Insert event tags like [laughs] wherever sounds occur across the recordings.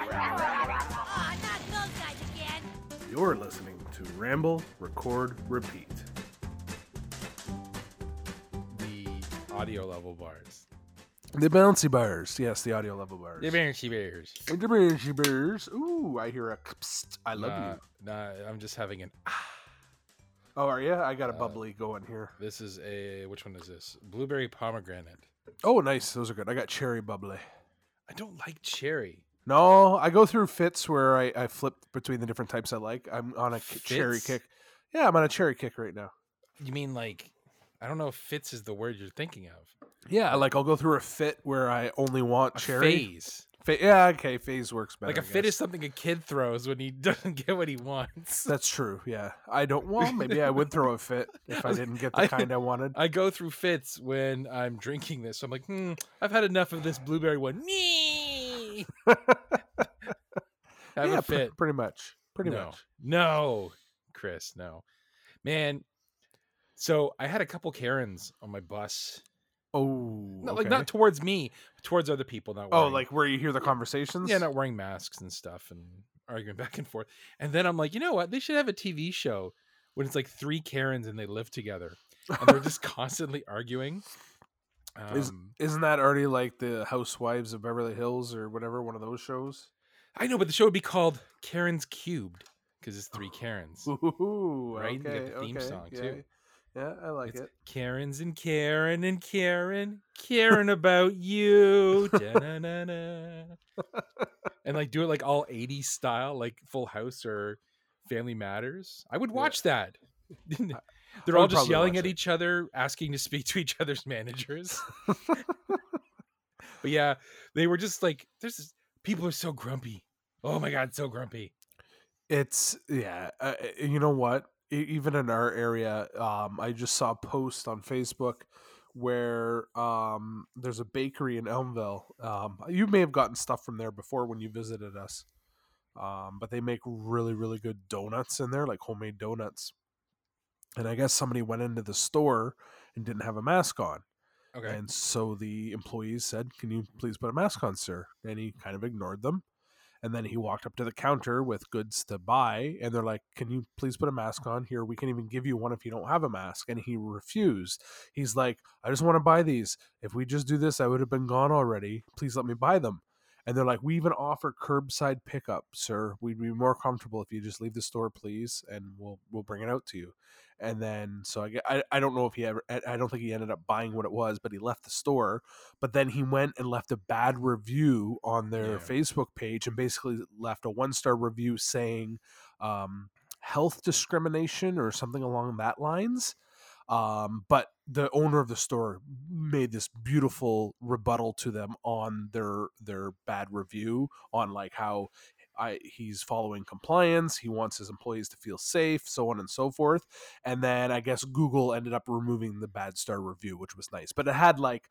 Aw, not those guys again. You're listening to Ramble, Record, Repeat. the audio level bars. The bouncy bars. Yes, the audio level bars. The bouncy bars. The bouncy bars. Ooh, I hear a psst. I love Nah, you. Uh, nah, I'm just having an. Oh, are you? I got a uh, bubbly going here. This is a which one is this? Blueberry pomegranate. Oh, nice. Those are good. I got cherry bubbly. I don't like cherry. No, I go through fits where I, I flip between the different types I like. I'm on a k- cherry Fits? kick. Yeah, I'm on a cherry kick right now. You mean like? I don't know if fits is the word you're thinking of. Yeah, like I'll go through a fit where I only want A cherry. phase. Fa- yeah, okay, phase works better. Like a I fit guess. is something a kid throws when he [laughs] doesn't get what he wants. That's true. Yeah, I don't. Well, maybe I would throw a fit if I didn't [laughs] get the I- kind I wanted. I go through fits when I'm drinking this. I'm like, hmm, I've had enough of this blueberry [laughs] one. [laughs] Me. Have yeah, a pre- fit. pretty much. Pretty no. much. No, Chris, no. Man, so I had a couple Karens on my bus. Oh, No, Like okay. not towards me, towards other people not Oh, wearing- like where you hear the conversations? yeah, not wearing masks and stuff and arguing [laughs] back and forth. And then I'm like, you know what? They should have a TV show when it's like three Karens and they live together and [laughs] they're just constantly arguing. Um, Is- Isn't that already like the Housewives of Beverly Hills or whatever one of those shows? [laughs] I know, but the show would be called Karen's Cubed because it's three Karens. Ooh, Right? And they Okay, got the theme okay, song, yeah. too. Yeah, I like It's it. Karen's and Karen and Karen, Karen about you. Da-na-na-na. and like do it like all 80s style, like Full House or Family Matters. I would Yeah. watch that. [laughs] They're I all would just probably yelling watch at it. each other, asking to speak to each other's managers. [laughs] but yeah, they were just like, there's this- people are so grumpy. Oh my God, so grumpy. It's yeah. Uh, uh, you know what? E- Even in our area, um, I just saw a post on Facebook where um, there's a bakery in Elmville. Um, you may have gotten stuff from there before when you visited us, um, but they make really, really good donuts in there, like homemade donuts. And I guess somebody went into the store and didn't have a mask on. Okay. And so the employees said, Can you please put a mask on, sir? And he kind of ignored them. And then he walked up to the counter with goods to buy. And they're like, Can you please put a mask on here? We can even give you one if you don't have a mask. And he refused. He's like, I just want to buy these. If we just do this, I would have been gone already. Please let me buy them. And they're like, We even offer curbside pickup, sir. We'd be more comfortable if you just leave the store, please, and we'll we'll bring it out to you and then so I, gue- I I don't know if he ever I I don't think he ended up buying what it was, but he left the store. But then he went and left a bad review on their Yeah. Facebook page and basically left a one star review saying um, health discrimination or something along that lines. Um, but the owner of the store made this beautiful rebuttal to them on their their bad review on like how I, he's following compliance. He wants his employees to feel safe, so on and so forth. And then I guess Google ended up removing the bad star review, which was nice. But it had like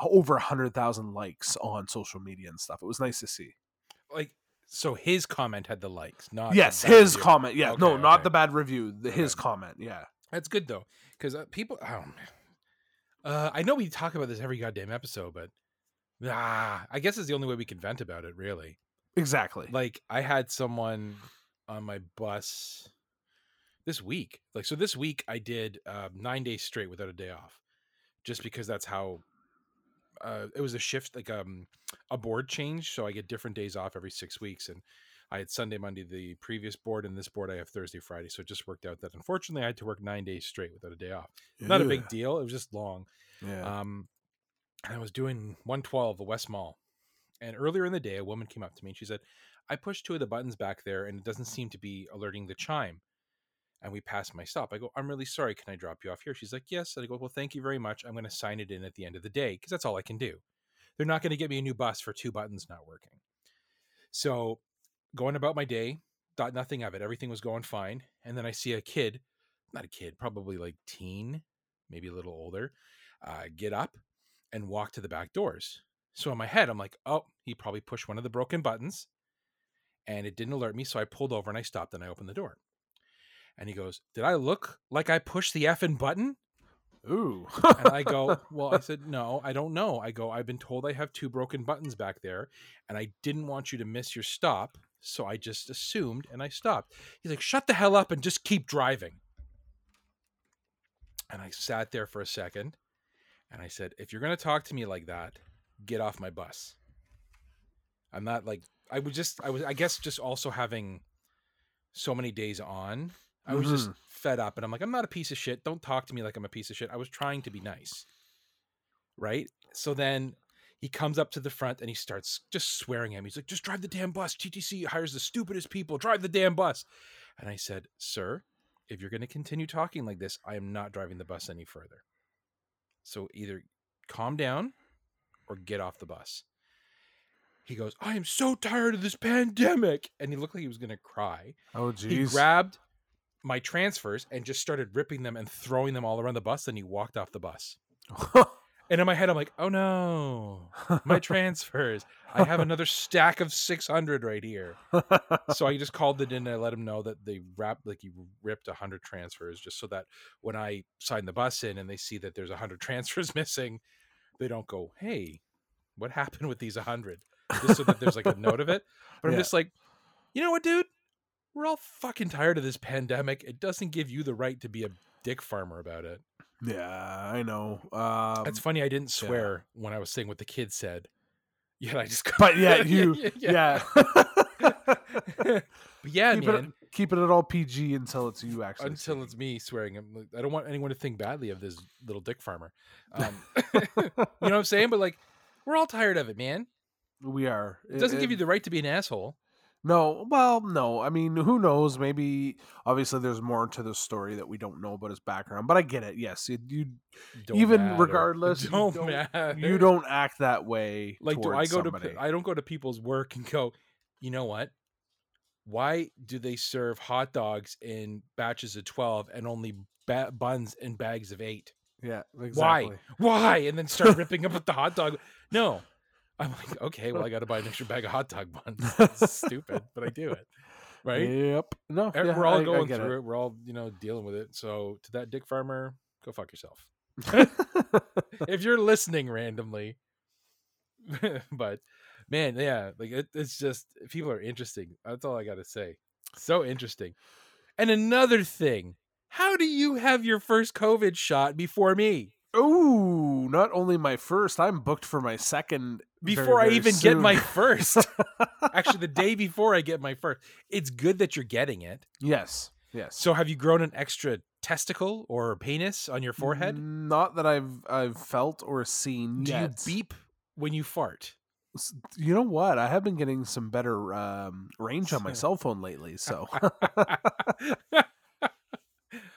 over a hundred thousand likes on social media and stuff. It was nice to see. like, so his comment had the likes, not the yes, bad his review. comment. Yeah, no, Okay, not okay. the bad review. The, His Okay. comment. Yeah. That's good though, because uh, people. Oh man, uh, I know we talk about this every goddamn episode, but ah, I guess it's the only way we can vent about it, really. Exactly. Like I had someone on my bus this week. Like so, this week I did uh, nine days straight without a day off, just because that's how. Uh, it was a shift, like um, a board change, so I get different days off every six weeks, and I had Sunday, Monday, the previous board, and this board I have Thursday, Friday. So it just worked out that unfortunately I had to work nine days straight without a day off. Not a big deal. It was just long. Yeah. Um, and I was doing 112, the West Mall. And earlier in the day, a woman came up to me and she said, I pushed two of the buttons back there and it doesn't seem to be alerting the chime. And we passed my stop. I go, I'm really sorry. Can I drop you off here? She's like, Yes. And I go, Well, thank you very much. I'm going to sign it in at the end of the day because that's all I can do. They're not going to get me a new bus for two buttons not working. So going about my day, thought nothing of it. Everything was going fine. And then I see a kid, not a kid, probably like teen, maybe a little older, uh, get up and walk to the back doors. So in my head, I'm like, oh, he probably pushed one of the broken buttons and it didn't alert me. So I pulled over and I stopped and I opened the door. And he goes, Did I look like I pushed the effing button? [laughs] Ooh. And I go, Well, I said, No, I don't know. I go, I've been told I have two broken buttons back there, and I didn't want you to miss your stop. So I just assumed and I stopped. He's like, Shut the hell up and just keep driving. And I sat there for a second and I said, If you're going to talk to me like that, get off my bus. I'm not like, I was just, I was, I guess, just also having so many days on. I was just fed up and I'm like, I'm not a piece of shit. Don't talk to me like I'm a piece of shit. I was trying to be nice. Right? So then he comes up to the front and he starts just swearing at me. He's like, just drive the damn bus. TTC hires the stupidest people. Drive the damn bus. And I said, Sir, if you're going to continue talking like this, I am not driving the bus any further. So either calm down or get off the bus. He goes, I am so tired of this pandemic. And he looked like he was going to cry oh, he geez. grabbed my transfers and just started ripping them and throwing them all around the bus and he walked off the bus and in my head i'm like oh no [laughs] [laughs] my transfers i have another stack of 600 right here so i just called it in and i let him know that they wrapped like he ripped 100 transfers just so that when i sign the bus in and they see that there's 100 [laughs] transfers missing they don't go hey what happened with these 100 just so that there's like a note of it but i'm Yeah. just like you know what dude we're all fucking tired of this pandemic it doesn't give you the right to be a dick farmer about it yeah, I know. Um, it's funny I didn't yeah. swear when I was saying what the kid said. [laughs] Yeah, I just [laughs] but yeah, you. yeah. [laughs] But yeah, keep, it, man. keep it at all PG until it's you actually. Until it's me swearing, I'm like, I don't want anyone to think badly of this little dick farmer. [laughs] Um, [laughs] you it's. know what I'm saying? But like, we're all tired of it, man. we are. It doesn't give you the right to be an asshole. No, well, no. I mean, who knows? Maybe obviously there's more to the story that we don't know about his background, but I get it. Yes, you you, Don't Even matter. [laughs] regardless, you don't, don't- matter. you don't act that way. Uh, [laughs] like. Do I towards go to? somebody. pe- I don't go to people's work and go. You know what? Why do they serve hot dogs in batches of twelve and only ba- buns in bags of eight? yeah, exactly. why? And then start ripping up at the hot dog. No. I'm like, okay, well, I got to buy an extra bag of hot dog buns. [laughs] It's stupid, but I do it. Right? Yep. No, E- yeah, We're all I- I going get through it. it. We're all, you know, dealing with it. So to that dick farmer, go fuck yourself. [laughs] [laughs] if you're listening randomly. [laughs] but man, yeah, like it, it's just people are interesting. That's all I got to say. So interesting. And another thing, how do you have your first COVID shot before me? Ooh, not only my first, I'm booked for my second very, before I very even get soon. my [laughs] first. [laughs] Actually, the day before I get my first. It's good that you're getting it. yes, yes. So, have you grown an extra testicle or penis on your forehead? Not that I've I've felt or seen yet. Do you beep when [laughs] you fart? [laughs] S- You know what? I have been getting some better um, range on my So- cell phone lately, [laughs] so [laughs]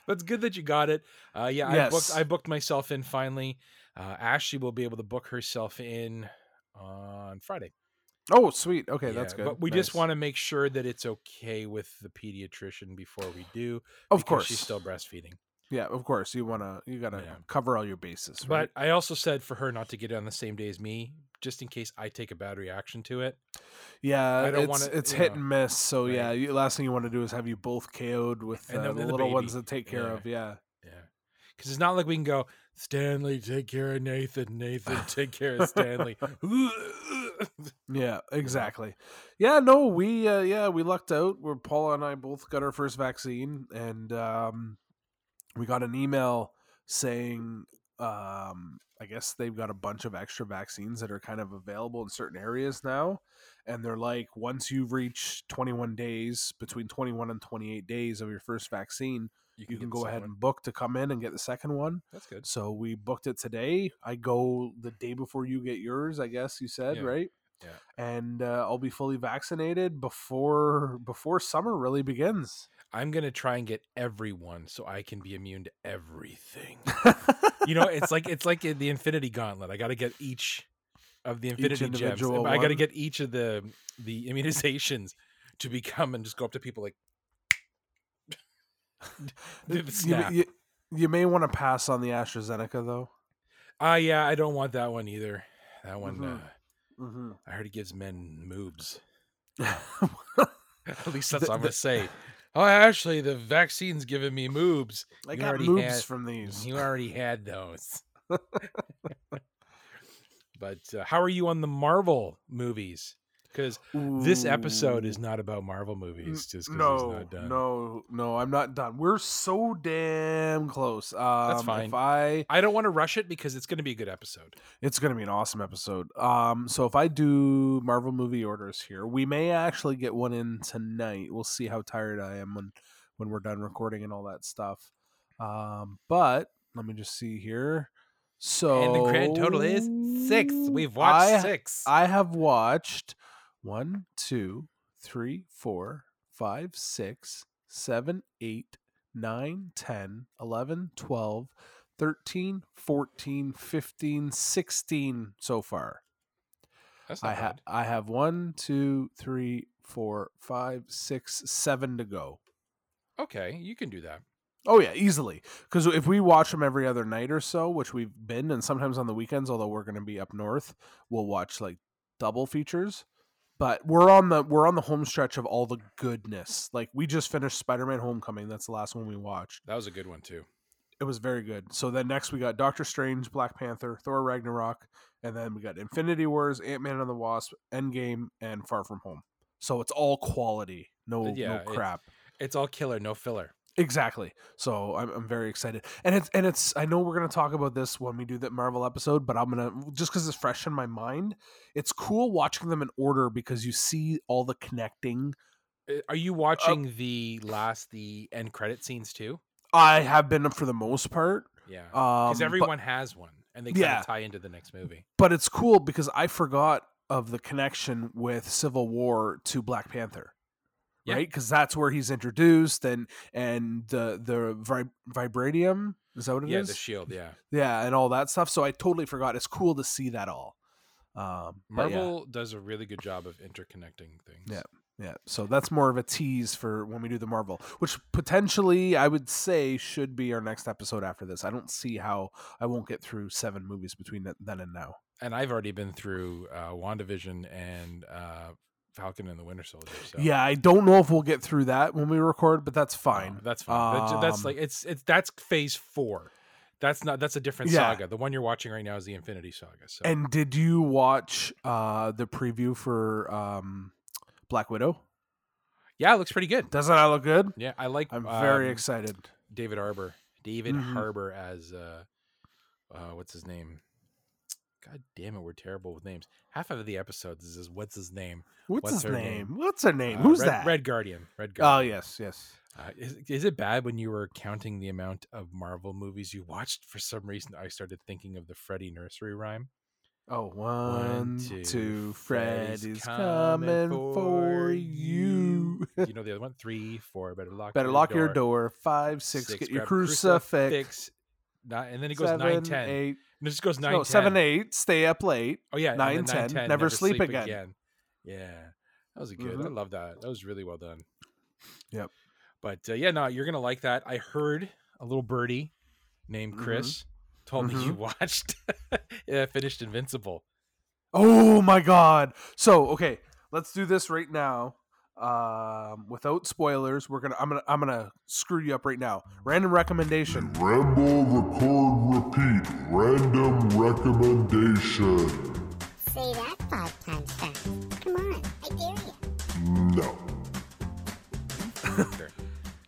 That's good that you got it. Uh, yeah, I booked. Yes. I booked myself in finally. Uh, Ashley will be able to book herself in on Friday. Oh, sweet. Okay, that's Yeah, good. But we just Nice. want to make sure that it's okay with the pediatrician before we do. of because course, she's still breastfeeding. yeah, of course. You wanna, you gotta Yeah. cover all your bases, right? But I also said for her not to get it on the same day as me, just in case I take a bad reaction to it. yeah, I don't it's wanna- it's you hit know, and miss. So right. yeah, you, last thing you want to do is have you both KO'd with And uh, then the with the little ones baby. that take care Yeah. of. Yeah, Yeah. Because it's not like we can go, Stanley, take care of Nathan. [laughs] Nathan, take care of Stanley. [laughs] yeah, exactly. Yeah, no, we uh, yeah we lucked out. Where Paula and I both got our first vaccine, and um, we got an email saying. Um, I guess they've got a bunch of extra vaccines that are kind of available in certain areas now. and they're like once you reach 21 days between 21 and 28 days of your first vaccine you get can the go second ahead one. and book to come in and get the second one That's good. so we booked it today i go the day before you get yours i guess you said Yeah. right Yeah. and uh, i'll be fully vaccinated before before summer really [laughs] begins I'm going to try and get everyone so I can be immune to everything. you know, it's like it's like in the Infinity Gauntlet. I got to get each of the Infinity Gems. individual I got to one. get each of the the immunizations to become and just go up to people like [laughs] You- the you, snap. you, you may want to pass on the astrazeneca though Ah, yeah, I don't want that one either. That one, Mhm. uh, [laughs] mm-hmm. I heard it gives men moobs. [laughs] the, At least that's The- what I'm [laughs] gonna the- say. Oh, actually, the vaccine's giving me moobs. I You got already moobs had- from these. You already [laughs] had those. but uh, how are you on the Marvel movies? Because this episode is Ooh. not about Marvel movies, just because no, it's not done. no, no. I'm not done. We're so damn close. Um, fine. If I, I don't want to rush it because it's going to be a good episode. it's gonna be an awesome episode. Um, so if I do Marvel movie orders here, we may actually get one in tonight. We'll see how tired I am when when we're done recording and all that stuff. Um, but let me just see here. So and the grand total is six. We've watched I- six. I have watched one, two, three, four, five, six, seven, eight, nine, 10, 11, 12, 13, 14, 15, 16 so far. That's not I, ha- bad. I have one, two, three, four, five, six, seven to go. Okay, you can do that. Oh yeah, easily. Because if we watch them every other night or so, which we've been, and sometimes on the weekends, although we're going to be up north, we'll watch like double features. But we're on the we're on the home stretch of all the goodness. Like we just finished Spider Man Homecoming. That's the last one we watched. That was a good one too. It was very good. So then next we got Doctor Strange, Black Panther, Thor Ragnarok, and then we got Infinity Wars, Ant Man and the Wasp, Endgame, and Far From Home. So it's all quality. No, Yeah, no it- crap. It's all killer, no filler. Exactly. So I'm, I'm very excited, and it's and it's. I know we're gonna talk about this when we do that Marvel episode, but I'm gonna just because it's fresh in my mind. It's cool watching them in order because you see all the connecting. Uh, Are you watching the last the end credit scenes too? I have been for the most part, Yeah, um, because but- everyone has one, and they kind Yeah. of tie into the next movie. but it's cool because I forgot of the connection with Civil War to Black Panther. Yeah. Right, because that's where he's introduced, and and the the vib- vibranium is that what it is? yeah, the shield. Yeah, yeah, and all that stuff. So I totally forgot. It's cool to see that all. Um, but yeah, Marvel does a really good job of interconnecting things. Yeah. yeah. So that's more of a tease for when we do the Marvel, which potentially I would say should be our next episode after this. I don't see how I won't get through seven movies between th- then and now. and I've already been through uh, WandaVision and uh, Falcon and the Winter Soldier. So Yeah, I don't know if we'll get through that when we record, but that's no, fine. that's fine. That- that's Um, like it's it's that's phase four. That's not that's a different Yeah. saga. The one you're watching right now is the Infinity Saga. So And did you watch uh, the preview for um, Black Widow? yeah, it looks pretty good. Doesn't that look good? Yeah, I like. I'm very um, excited. David Arbor. David Mhm. Harbor as uh, uh, what's his name? God damn it, we're terrible with names. Half of the episodes is just, what's his name? What's, what's his her name? name? What's her name? Uh, Who's Red, that? Red Guardian. Red Oh Guardian. yes, yes. Uh, is, is it bad when you were counting the amount of Marvel movies you watched? For some reason, I started thinking of the Freddy nursery rhyme. Oh, one, two, two, Freddy's Freddy's coming coming for for you. Do you know the other one? Three, four. Better [laughs] lock. Better lock your door. Five, six, get your grab crucifix. Nine, and then it goes Seven, nine, ten. eight. And it just goes nine, no, seven, 10. eight. Stay up late. Oh yeah, and Nine, then 10, never sleep again. Yeah, that was a good. I Mhm. love that. That was really well done. Yep. But uh, yeah, no, you're gonna like that. I heard a little birdie named Mhm. Chris told me Mm-hmm. you watched, [laughs] yeah, finished Invincible. Oh my god. So okay, let's do this right now. Um, without spoilers, we're gonna. I'm gonna. I'm gonna screw you up right now. Random recommendation. [laughs] Ramble, record, repeat. Random recommendation. Say that five times fast. Come on, I dare you. No.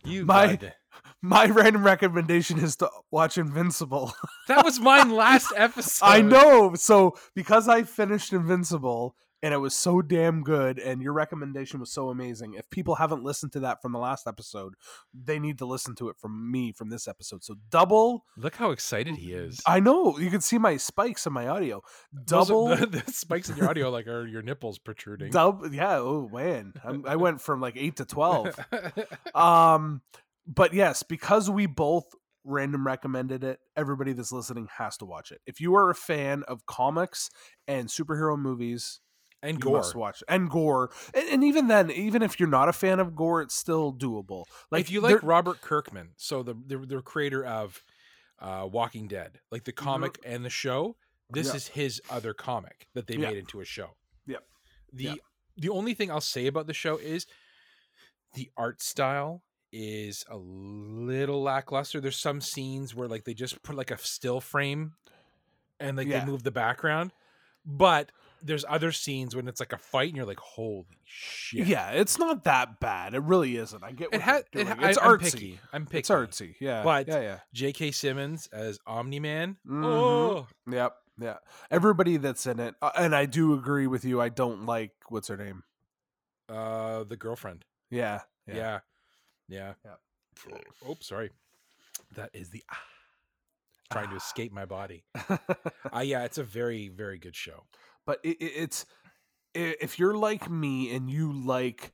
You My- bud. My random recommendation is to watch Invincible. [laughs] that was mine last episode. I know. So because I finished Invincible and it was so damn good, and your recommendation was so amazing. If people haven't listened to that from the last episode, they need to listen to it from me from this episode. So double. Look how excited he is. I know you can see my spikes in my audio. Those Double. are- [laughs] the, the spikes in your audio like are your nipples protruding. Double. Yeah. Oh man, I'm, I went from like eight to [laughs] twelve. Um, but yes, because we both random recommended it, everybody that's listening has to watch it. If you are a fan of comics and superhero movies, and you gore. must watch and gore and, and even then even if you're not a fan of gore it's still doable like if you like there- Robert Kirkman, so the the, the creator of uh, Walking Dead, like the comic and the show, this Mm-hmm. Yeah. is his other comic that they Yeah. made into a show. Yep. The Yeah. the only thing I'll say about the show is the art style is a little lackluster. There's some scenes where like they just put like a still frame and like Yeah. they move the background. But there's other scenes when it's like a fight and you're like, holy shit. Yeah. it's not that bad. It really isn't. I get what It has they're it, doing. ha- it's I, I'm artsy. picky. I'm picky. It's artsy. Yeah. But- yeah, yeah. J.K. Simmons as Omni Man. Mhm. Oh, Yep. Yeah. Everybody that's in it, uh, and I do agree with you. I don't like what's her name. uh, the girlfriend. Yeah. [laughs] Yeah. Yeah. Yep. Oh, sorry. That [sighs] is the ah, trying to escape my [laughs] body. Ah, yeah, it's a very, very good show. but it, it, it's i- if you're like me and you like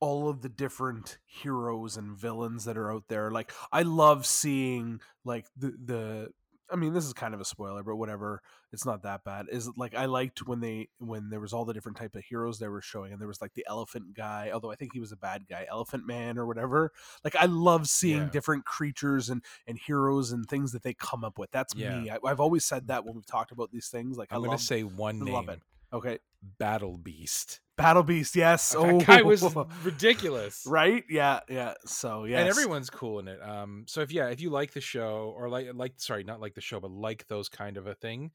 all of the different heroes and villains that are out there like i love seeing like the the i mean this is kind of a spoiler but whatever it's not that bad is like i liked when they when there was all the different type of heroes they were showing and there was like the elephant guy although i think he was a bad guy elephant man or whatever like i love seeing Yeah. different creatures and and heroes and things that they come up with that's Yeah. me I, i've always said that when we've talked about these things like I'm i going love to say one name. love it. Okay. Battle Beast. Battle Beast, yes. That guy oh [laughs] was ridiculous. right? Yeah, yeah. So yeah. And everyone's cool in it. Um, so if yeah, if you like the show or like like sorry, not like the show, but like those kind of a thing,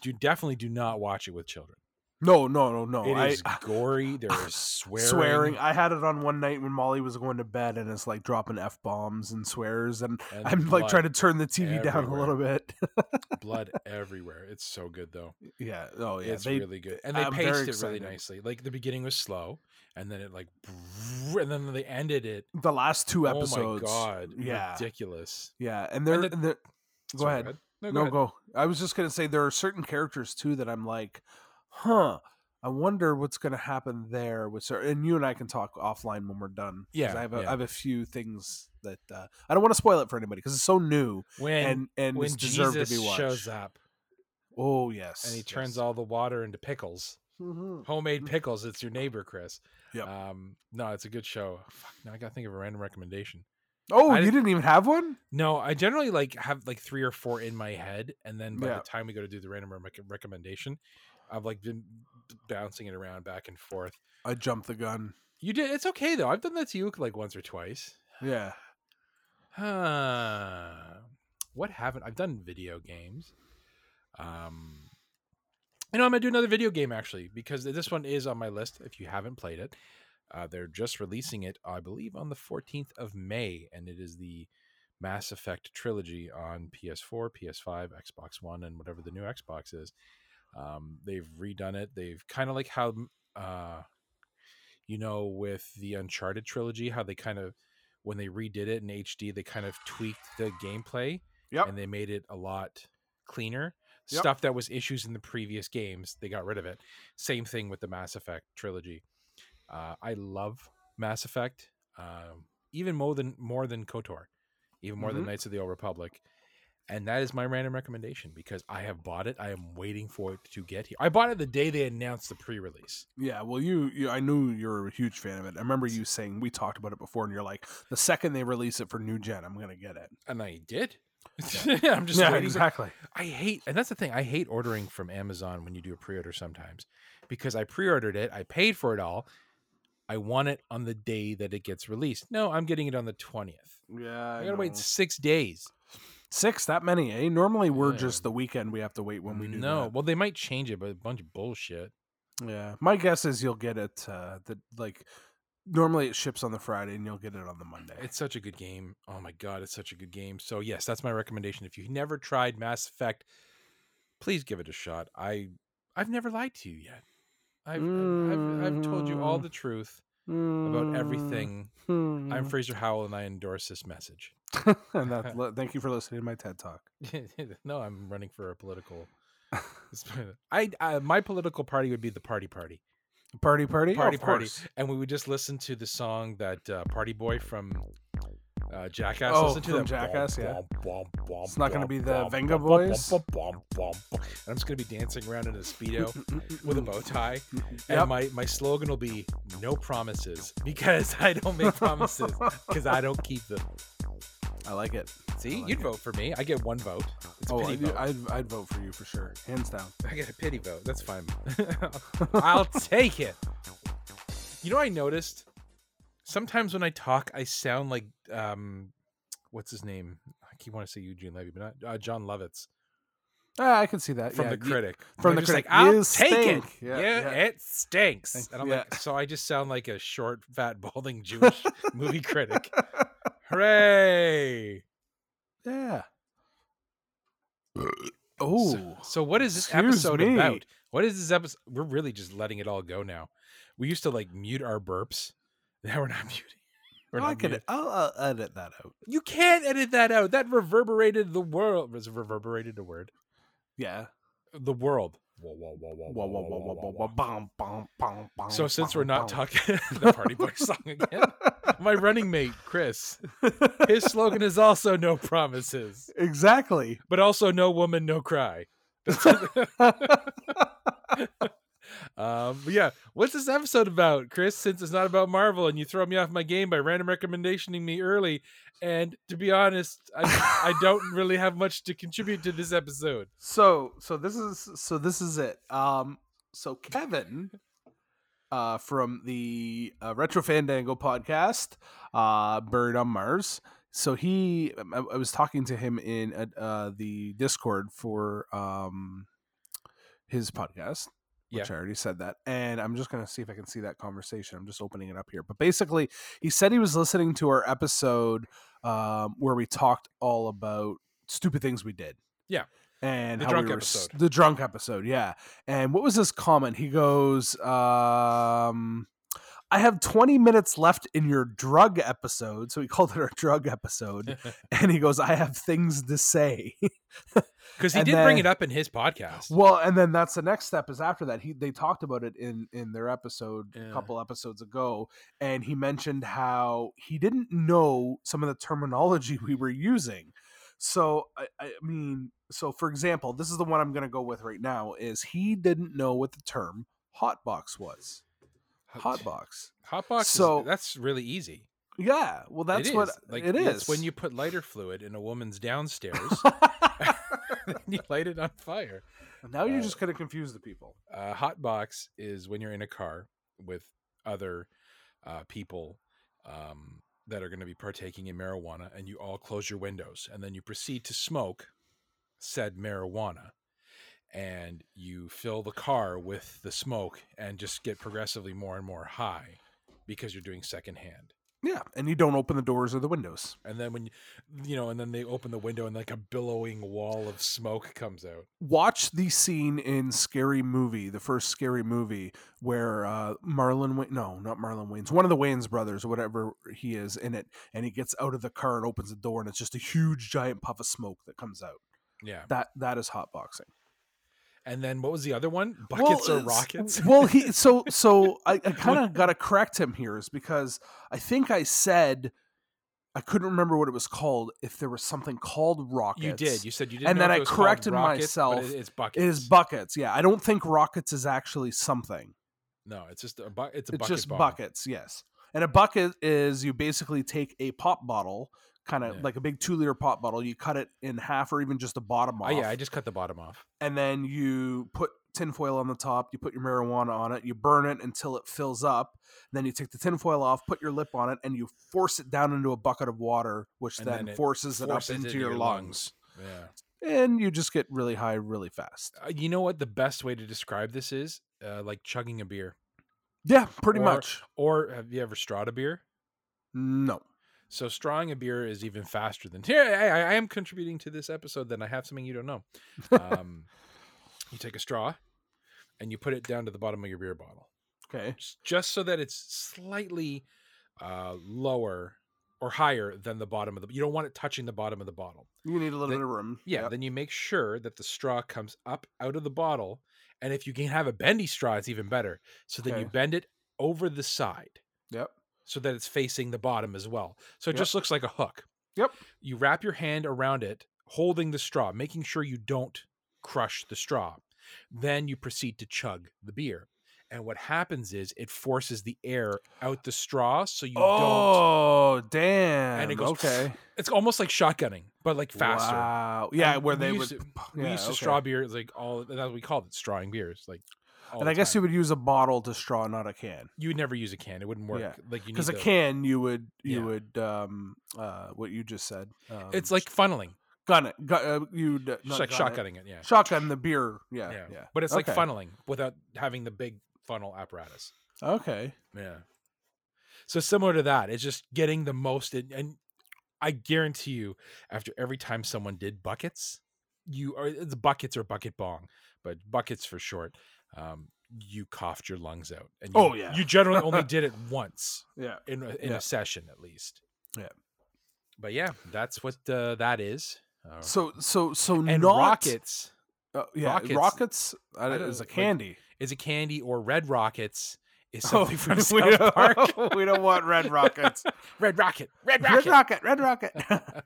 do definitely do not watch it with children. No, no, no, no. It I [laughs] is gory. There is swearing. swearing. I had it on one night when Molly was going to bed and it's like dropping F bombs and swears and and I'm like blood- trying to [laughs] turn the TV down a everywhere. little bit. [laughs] blood everywhere. It's so good though. yeah. Oh yeah. it's they really good, and they I'm very paced it excited. really nicely. Like the beginning was slow, and then it like, [laughs] and then they ended it. the last two Oh my episodes. god! Yeah. ridiculous. Yeah. And they're the- and they're- go Sorry, ahead. No, [laughs] go no ahead. go. I was just gonna say there are certain characters too that I'm like, huh. I wonder what's gonna happen there with cer and you and I can talk offline when we're done. 'cause Yeah, I have a I yeah. have a few things that uh, I don't want to spoil it for anybody because it's so new When and and, when it's deserved Jesus to be watched. shows up Oh yes, and he turns all the water into pickles, Mhm. homemade pickles. It's your neighbor, Chris. Yep. Um, no, it's a good show. Fuck, now I gotta think of a random recommendation. Oh, I you didn't- didn't even have one. No, I generally like have like three or four in my head, and then by Yeah. the time we go to do the random rec- recommendation, I've like been b- bouncing it around back and forth. I jumped the gun. You did. It's okay though. I've done that to you like once or twice. Yeah. Huh. What haven't I've done video games? Um, you know, I'm gonna do another video game actually because this one is on my list. If you haven't played it, uh, they're just releasing it, I believe, on the 14th of May, and it is the Mass Effect trilogy on PS4, PS5, Xbox One, and whatever the new Xbox is. Um, they've redone it. They've kind of like how, uh, you know, with the Uncharted trilogy, how they kind of when they redid it in HD, they kind of tweaked the gameplay Yep. and they made it a lot cleaner. Yep. Stuff that was issues in the previous games, they got rid of it. Same thing with the Mass Effect trilogy. Uh, I love Mass Effect, um, even more than more than Kotor, even more than Mhm. Knights of the Old Republic. And that is my random recommendation because I have bought it. I am waiting for it to get here. I bought it the day they announced the pre-release. Yeah, well, you, you, I knew you're a huge fan of it. I remember you saying we talked about it before, and you're like, the second they release it for new gen, I'm gonna get it. and I did. [laughs] I'm [laughs] just waiting. for- I hate, and that's the thing. I hate ordering from Amazon when you do a pre-order sometimes, because I pre-ordered it, I paid for it all, I want it on the day that it gets released. No, I'm getting it on the twentieth. Yeah, I, gotta wait know. six days. Six, that many, eh? Normally we're Yeah. just the weekend we have to wait when we do no, that. well they might change it, but a bunch of bullshit. Yeah. My guess is you'll get it uh the like normally it ships on the Friday and you'll get it on the Monday. It's such a good game. Oh my god, it's such a good game. So yes, that's my recommendation. If you never tried Mass Effect, please give it a shot. I I've never lied to you yet. I've I've, I've told you all Mm. the truth about everything. mm. I'm Fraser Howell, and I endorse this message. [laughs] Mm-hmm. [laughs] and that li- thank you for listening to my TED talk. no, I'm running for [laughs] a political. I, I my political party would be the Party Party, Party party? Party of Party, course. and we would just listen to the song that uh, Party Boy from uh, Jackass. Oh, listen to from that. Jackass, yeah. Bwomp, bwomp, bwomp, It's not gonna bwomp, be the bwomp, Venga bwomp, Boys? bwomp, bwomp, bwomp, bwomp. And I'm just gonna be dancing around in [laughs] a speedo with a bow tie, Yep. [laughs] and my my slogan will be "No promises" because [laughs] I don't make promises because I don't keep them. I like it. See, like you'd it. vote for me. I get one vote. It's a Oh, pity I'd, [laughs] vote. I'd, I'd vote for you for sure. Hands down. I get a pity vote. [laughs] That's fine. [laughs] I'll take it. You know, I noticed sometimes when I talk, I sound like um, what's his name? I keep want to say Eugene Levy, but not uh, John Lovitz Ah, I can see that from yeah, the you- critic. from They're the just critic, like, I'll "Is take stink." it. Yeah, Yeah, yeah. it stinks. Thanks, And I'm yeah. like, so I just sound like a short, fat, [laughs] balding Jewish movie critic. Hooray! Yeah. So- Oh, So, what is this excuse episode me. about? What is this episode? We're really just letting it all go now. We used to like mute our burps. [laughs] Now we're not muting. [laughs] We're I not could. muting. I'll, I'll edit that out. You can't edit that out. That reverberated the world. Was reverberated a word? Yeah. The world. Wah, wah, wah, wah, wah, wah, bum, bum, bum, bum, So since bum, we're not bum. talking [laughs] the Party Boy song again, my running mate Chris, his slogan is also "No promises, exactly. but also no woman, no cry." [laughs] [laughs] Um, but yeah, what's this episode about, Chris? Since it's not about Marvel, and you throw me off my game by random recommendationing me early, and to be honest, I, I [laughs] don't really have much to contribute to this episode. so so this is so this is it. Um so Kevin uh from the uh, Retro Fandango podcast, uh Bird on Mars. So he I, I was talking to him in uh, uh the Discord for um his podcast. Which I already said that. And I'm just going to see if I can see that conversation. I'm just opening it up here. But basically, he said he was listening to our episode um, where we talked all about stupid things we did. Yeah. And The how drunk we were s- episode. the drunk episode. Yeah. And what was his comment? He goes, um, I have 20 minutes left in your drug episode. So he [laughs] called it our drug [laughs] episode. and he goes, I have things to say. Because he And did bring then- it up in his podcast. Well, and then that's the next step is after that. He they talked about it in in their episode Yeah. a couple episodes ago, and he mentioned how he didn't know some of the terminology [laughs] we were using. So I, I mean, so for example, this is the one I'm going to go with right now. Is he didn't know what the term hotbox was? Hotbox. Hotbox. So So- is, that's really easy. Yeah. Well, that's it what is. like. it it's is when you put lighter fluid in a woman's downstairs. [laughs] and you light it on fire. [laughs] now [laughs] you're uh, just going to confuse the people. Uh, hot box is when you're in a car with other uh, people um, that are going to be partaking in marijuana, and you all close your windows, and then you proceed to smoke said marijuana, and you fill the car with the smoke, and just get progressively more and more high because you're doing secondhand. Yeah, and you don't open the doors or the windows. And then when you, you know, and then they open the window, and like a billowing wall of smoke comes out. watch the scene in Scary Movie, the first Scary Movie, where uh, Marlon Wayne, no, not Marlon Wayne's, one of the Wayne's brothers or whatever he is in it, and he gets out of the car and opens the door, and it's just a huge giant puff of smoke that comes out. Yeah. That that is hot boxing. And then what was the other one? Buckets Well, or it's- [laughs] rockets? Well, he so [laughs] so I, I kind of got to correct him here is because I think I said. I couldn't remember what it was called. If there was something called rockets, You did. You said you didn't. And know then if I it was called corrected rockets, but myself. it- it's buckets. it is buckets. Yeah, I don't think rockets is actually something. no, it's just a bu- It's a it's bucket just bomb. buckets yes and a bucket is you basically take a pop bottle kind of Yeah. like a big two liter pop bottle you cut it in half or even just the bottom Oh, off yeah, I just cut the bottom off. and then you put tinfoil on the top you put your marijuana on it you burn it until it fills up then you take the tinfoil off put your lip on it and you force it down into a bucket of water which And then, then it forces it up forces into into your, your lungs. lungs. Yeah. and you just get really high really fast Uh, You know what the best way to describe this is? Uh, like chugging a beer. yeah pretty Or- much Or have you ever strawed a beer? no So strawing a beer is even faster than. [laughs] Here, I, I- I am contributing to this episode. Then I have something you [laughs] don't know. Um, you take a straw, and you put it down to the bottom of your beer bottle. okay s- just so that it's slightly uh, lower or higher than the bottom of the. You don't want it touching the bottom of the bottle. you need a little Then- bit of room Yeah. Yep. Then you make sure that the straw comes up out of the bottle, and if you can have a bendy straw, it's even better. So then you Okay. bend it over the side yep so that it's facing the bottom as well. So it Yep. just looks like a hook. Yep. You wrap your hand around it, holding the straw, making sure you don't crush the straw. Then you proceed to chug the beer. And what happens is it forces the air out the straw so you don't. oh damn! it goes okay. It's almost like shotgunning, but like [laughs] faster. Wow. Yeah, And where we they would. used to- we yeah, used to okay. straw beer like all that's what we called it strawing beers like all and the I guess time. you would use a bottle to straw, not a can, you would never use a can; it wouldn't work. Yeah, Like you need because a the- can you would you Yeah. would um uh what you just said. Um, It's like funneling, gun it. Gun, uh, you'd uh, just not like gun it. shotgunning it. Yeah. Shotgun the beer. Yeah, yeah. yeah, But it's like Okay. funneling without having the big funnel apparatus. Okay. Yeah. So similar to that, it's just getting the most, and, and I guarantee you, after every time someone did buckets, you are it's buckets or bucket bong, but buckets for short. Um, you coughed your lungs out, and you, Oh, yeah. you generally [laughs] only did it once Yeah. in a, in Yeah. a session at least. Yeah. but yeah, that's what uh, that is. Uh, So so so and not rockets uh, yeah, rockets- rockets, uh, I don't- is a like, [laughs] candy. is a candy or red rockets [laughs] is Oh, something from we South don't- [laughs] Park. we don't want [laughs] red rockets. Red rocket, red red rocket. rocket. Red rocket. [laughs]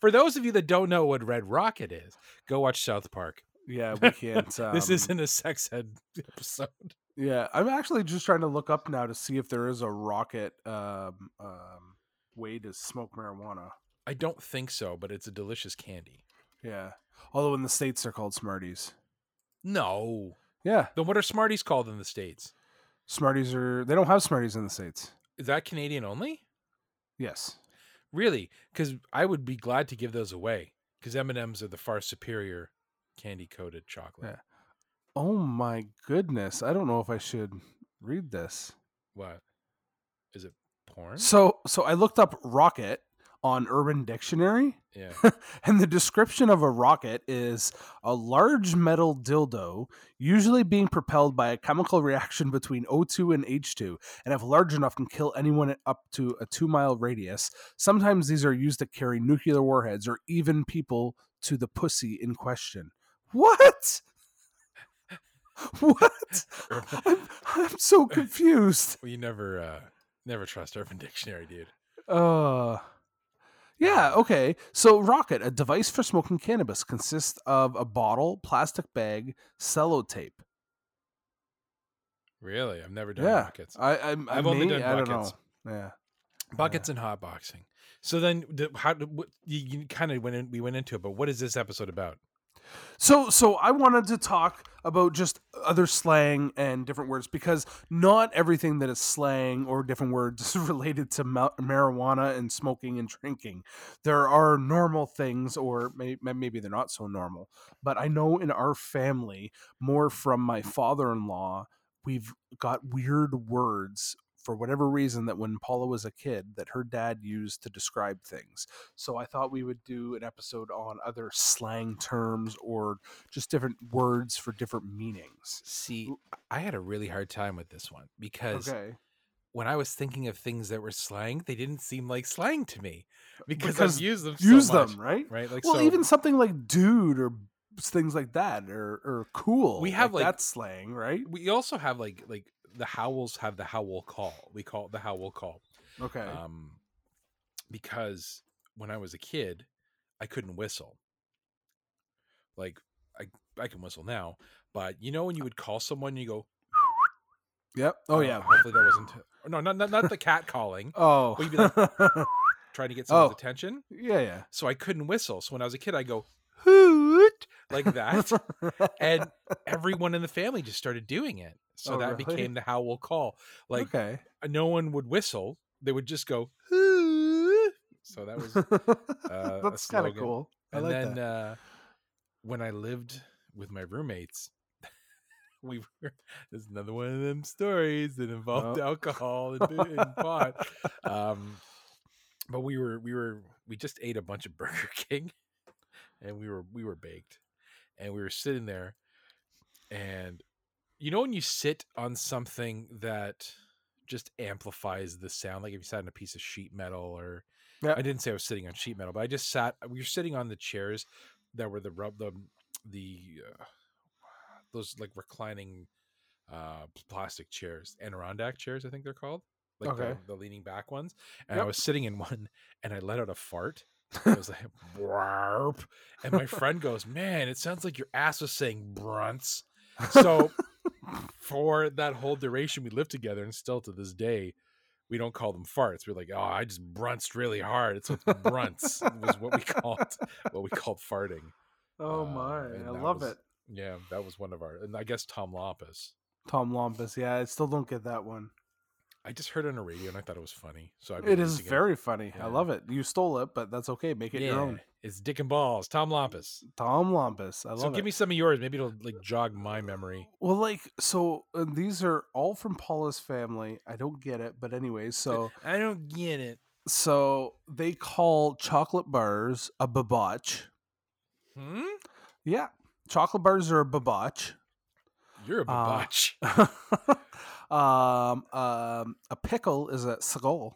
For those of you that don't know what Red Rocket is, go watch South Park. yeah, we can't. Um, [laughs] this isn't a sex head [laughs] episode. Yeah, I'm actually just trying to look up now to see if there is a rocket um, um, way to smoke marijuana. I don't think so, but it's a delicious candy. Yeah. Although in the states they're called Smarties. No. Yeah, Then what are Smarties called in the States? Smarties are they don't have Smarties in the states. Is that Canadian only? Yes. Really? Because I would be glad to give those away because M&M's are the far superior candy coated chocolate. Yeah. Oh my goodness! I don't know if I should read this. What? Is it porn? So, so I looked up rocket on Urban Dictionary, yeah. and the description of a rocket is a large metal dildo, usually being propelled by a chemical reaction between O2 and H2, and if large enough, can kill anyone at up to a two mile radius. Sometimes these are used to carry nuclear warheads or even people to the pussy in question. What? What? [laughs] I'm, I'm so confused. Well, you never, uh, never trust Urban [laughs] Dictionary, dude. Uh yeah, okay. So rocket, a device for smoking cannabis, consists of a bottle, plastic bag, cellotape. Really? I've never done Yeah. rockets. I I'm, I I've only may- done I don't know. buckets. Yeah. buckets and hot boxing. So then, the, how did- what, you, you kind of went in, we went into it, but what is this episode about? So so I wanted to talk about just other slang and different words because not everything that is slang or different words is [laughs] related to ma- marijuana and smoking and drinking. There are normal things or may- may- maybe they're not so normal, but I know in our family more from my father-in-law, we've got weird words for whatever reason that when Paula was a kid that her dad used to describe things. So I thought we would do an episode on other slang terms or just different words for different meanings. See, I had a really hard time with this one because when I was thinking of things that were slang, they didn't seem like slang to me because, Because I've used them. so Use much, them, right? right? Like, well, so even something like dude or s- things like that or or cool. We have, like- that slang, right? we also have like like the howls have the howl call. We call it the howl call. Okay. um, because when I was a kid, I couldn't whistle. Like I, I can whistle now, but you know when you would call someone, you go, yep. Oh uh, yeah. hopefully that wasn't no, not not, not the cat calling, Oh. Well, you'd be like- trying to get someone's Oh. attention." [laughs] yeah, yeah. So I couldn't whistle. So when I was a kid, I go hoot like [laughs] that, and everyone in the family just started doing it. So Oh, that really? became the howl call. Like okay. no one would whistle; they would just go hoot. So [laughs] that was uh, a That's kind of slogan. cool. I and like then that. Uh, when I lived with my roommates, [laughs] we were there's another one of them stories that involved Oh. alcohol and, boo- [laughs] and pot. Um, but we were we were we just ate a bunch of [laughs] Burger King, and we were we were baked, and we were sitting there, and you know when you sit on something that just amplifies the sound like if you sat on a piece of sheet metal or Yeah. i didn't say i was sitting on sheet metal but i just sat we were sitting on the chairs that were the rub the um, the uh, those like reclining uh p- plastic chairs adirondack chairs i think they're called like Okay. the, the leaning back ones and i Yep. was sitting in one and i let out a fart and it [laughs] was like "Brrrp." and my friend goes man it sounds like your ass was saying [laughs] brunts so for that whole duration we lived together and still to this day we don't call them farts we're like oh i just brunched really hard it's it's brunts was what we called what we called farting oh uh, my, and I that love was- it. yeah that was one of our and i guess tom lopez Tom Lompus. Yeah, I still don't get that one. I just heard it on the radio and I thought it was funny. So I It released is again. very funny. Yeah. I love it. You stole it, but that's okay. Make it your own. It's Dick and Balls, Tom Lompas. Tom Lompus. I love So it. give me some of yours. Maybe it'll like jog my memory. well, like, so uh, these are all from Paula's family. I don't get it, but anyway, so I don't get it. so they call chocolate bars a babotch. Hmm? Yeah, chocolate bars are a babotch. You're a Uh, babotch. um, um, a pickle is a sagol.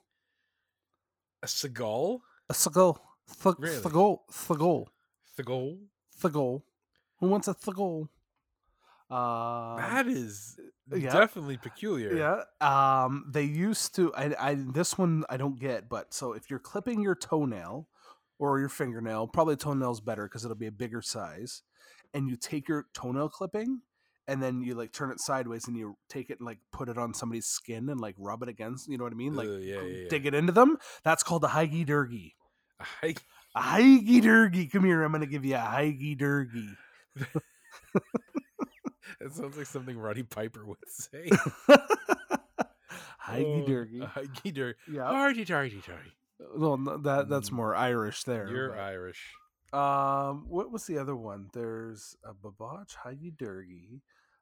a Seagal? A sagol. Th- Really? Sagol. Sagol. Seagal? Sagol. Who wants a sagol? Um, that is yeah. definitely peculiar. Yeah. Um, they used to. I, I this one I don't get, but so if you're clipping your toenail or your fingernail, probably toenail's better because it'll be a bigger size, and you take your toenail clipping and then you like turn it sideways and you take it and like put it on somebody's skin and like rub it against. You know what I mean? Like Ugh, yeah, yeah, yeah. dig it into them. That's called a hygge dergy. [laughs] I, A hygge dergy. Come here. I'm gonna give you a hygge [laughs] dergy. that sounds like something Roddy Piper would [laughs] say. [laughs] Oh, Hygge dergy. Hygge dergy. Yeah. Hardy dardy dardy. Well, no, that that's Mm. more Irish there. You're but- Irish. Um, what was the other one? There's a Babach, Heidi Durgi,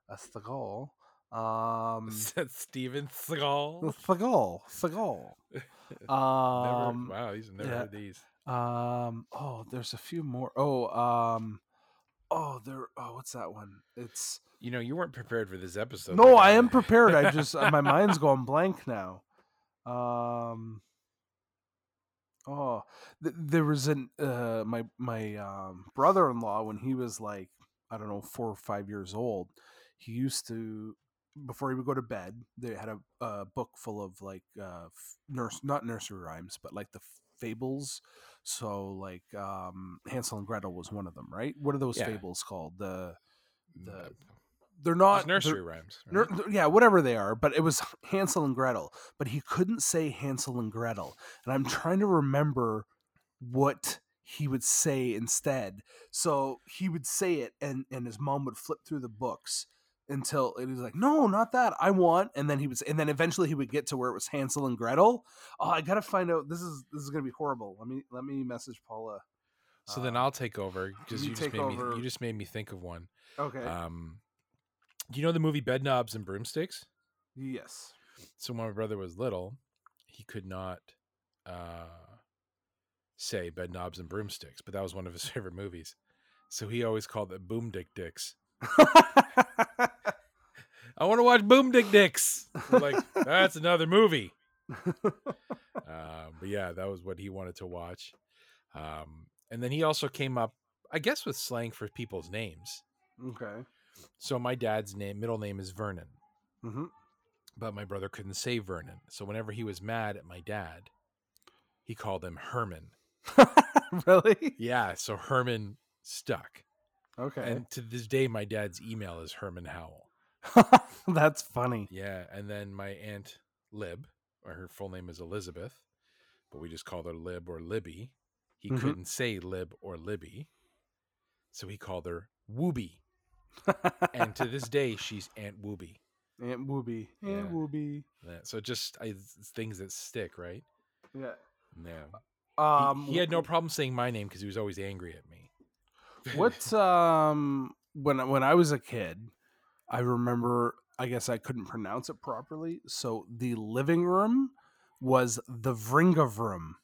a Seagal, um, [laughs] [laughs] Is that Steven Seagal? Seagal, Seagal. Never- Um, wow, he's never yeah. heard these. um, oh, there's a few more. Oh, um, oh, there. Oh, what's that one? It's You know, you weren't prepared for this episode. no, but I now- [laughs] am prepared. I just uh, my mind's going blank now. Um. Oh, th- there was an uh, my my um, brother-in-law when he was like I don't know four or five years old. He used to before he would go to bed. They had a, a book full of like uh, f- nurse not nursery rhymes, but like the fables. So like um, Hansel and Gretel was one of them, right? What are those Yeah. fables called? The the It's they're not they're- nursery rhymes. Nur- right? yeah, whatever they are, but it was Hansel and Gretel. But he couldn't say Hansel and Gretel, and I'm trying to remember what he would say instead. So he would say it, and and his mom would flip through the books until it was like, no, not that. I want, and then he was, and then eventually he would get to where it was Hansel and Gretel. Oh, I gotta find out. This is this is gonna be horrible. Let me let me message Paula. So then Um, I'll take over because you you, just take made over. me you just made me think of one. okay. Um, do you know the movie Bed Knobs and Broomsticks? [laughs] yes. So when my brother was little, he could not uh, say Bed Knobs and Broomsticks, but that was one of his [laughs] favorite movies. So he always called it Boom Dick Dicks. I want to watch Boom Dick Dicks. We're like that's another movie. Uh, but yeah, that was what he wanted to watch. Um, and then he also came up, I guess, with slang for people's names. okay. So my dad's name, middle name is Vernon, hmm but my brother couldn't say Vernon. So whenever he was mad at my dad, he called him Herman. [laughs] really? Yeah, so Herman stuck. Okay. And to this day, my dad's email is Herman Howell. [laughs] That's funny. Yeah, and then my aunt Lib, or her full name is Elizabeth, but we just called her Lib or Libby. He Mhm. couldn't say Lib or Libby, so he called her Wooby. And to this day, she's Aunt Wooby. Aunt Wooby. Yeah. Aunt Wooby. Yeah, So just I, it's things that stick, right? Yeah. Yeah. He- Um he, had no problem saying my name because he was always angry at me. [laughs] what um when I- when I was a kid, I remember I guess I couldn't pronounce it properly, so the living room was the Vringa room.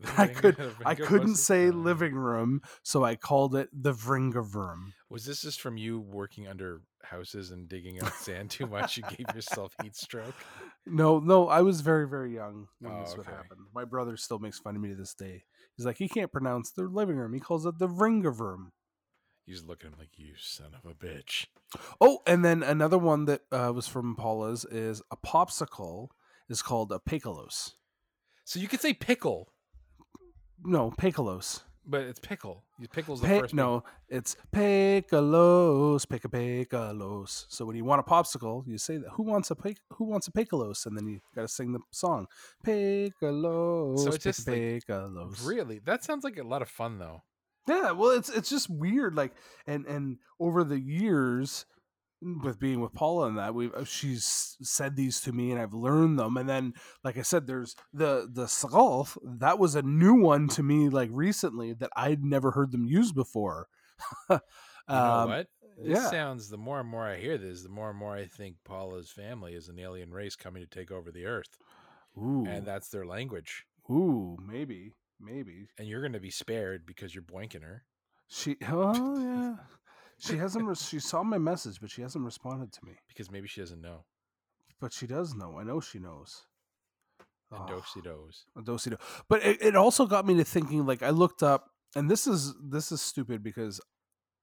The I thing- [laughs] could- the I finger couldn't was- say uh, living room, so I called it the Vringa room. [laughs] Was this just from you working under houses and digging out sand too much? You gave yourself heat stroke. [laughs] No, no, I was very, very young when Oh, this would okay. happen. My brother still makes fun of me to this day. He's like, he can't pronounce the living room. He calls it the Vringa room. You just look at him like you son of a bitch. Oh, and then another one that uh, was from Paula's is a popsicle is called a pecolos. So you could say pickle, No, pecolos. but it's pickle. You pickle's the Pe- first. one. no, it's pecolos. Pick a pecolos. So when you want a popsicle, you say that. Who wants a pe- Who wants a pecolos? And then you gotta sing the song. Pecolos. So So it's just, like, pecolos. Really? That sounds like a lot of fun though. yeah. Well, it's it's just weird. Like and and over the years, mm, with being with Paula and that we've uh, she's said these to me and I've learned them and then like I said there's the the scarf that was a new one to me like recently that I'd never heard them use before. [laughs] You know Um, what? This yeah. sounds. The more and more I hear this, the more and more I think Paula's family is an alien race coming to take over the Earth, Ooh, and that's their language. ooh, maybe, maybe And you're going to be spared because you're boinking her. she. Oh yeah, she hasn't. Re- she saw my message, but she hasn't responded to me. Because maybe she doesn't know. But she does know. I know she knows. And Ugh. dosi dos. a do. But it, it also got me to thinking. Like I looked up, and this is this is stupid because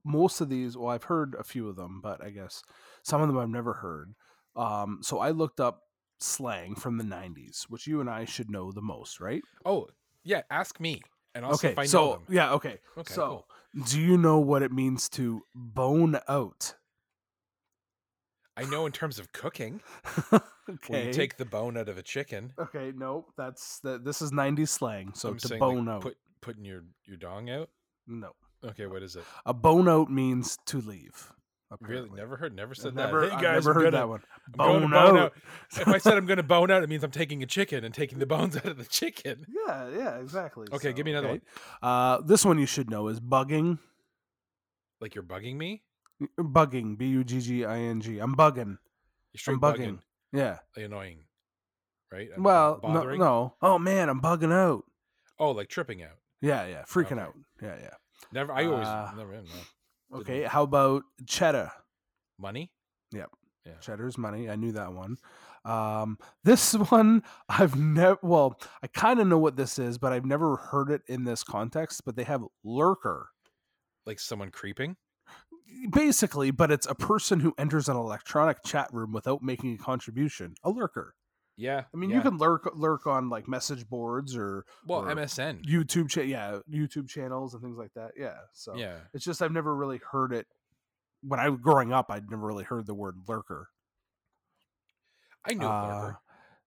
most of these. Well, I've heard a few of them, but I guess some of them I've never heard. Um, so I looked up slang from the '90s, which you and I should know the most, right? Oh yeah, ask me, and I'll see okay. if I know so them. yeah. Okay. Okay, so cool. do you know what it means to bone out? [laughs] I know in terms of cooking, okay. when you take the bone out of a chicken, okay. No, that's the, this is '90s slang. So I'm to saying, like, bone out. put putting your your dong out. no. Okay, what is it? A bone out means to leave. Really, apparently. never heard, never I've said never, that. Hey, I've guys, never I'm heard gonna- that one. I'm going to Bone, out. bone out. if I said [laughs] I'm going to bone out, it means I'm taking a chicken and taking the bones out of the chicken. Yeah, yeah, exactly. Okay, give me another one. Uh, this one you should know is bugging. Like you're bugging me. Bugging. B u g g i n g. I'm bugging. You're straight I'm bugging. bugging. Yeah. Like, annoying, right? I'm well, no, bothering? no. Oh man, I'm bugging out. Oh, like tripping out. Yeah, yeah. Freaking Okay. out. Yeah, yeah. Never. I always Uh, never. I don't know. Didn't Okay. know. How about cheddar? Money. Cheddar's money. I knew that one. Um, this [laughs] one I've never. Well, I kind of know what this is, but I've never heard it in this context. But they have lurker. Like someone creeping. basically, but it's a person who enters an electronic chat room without making a contribution, a lurker. Yeah. I mean, yeah. you can lurk lurk on like message boards or Well, or MSN. YouTube cha- yeah, YouTube channels and things like that. Yeah, so Yeah. it's just I've never really heard it when I was growing up. I'd never really heard the word lurker. I knew a lurker.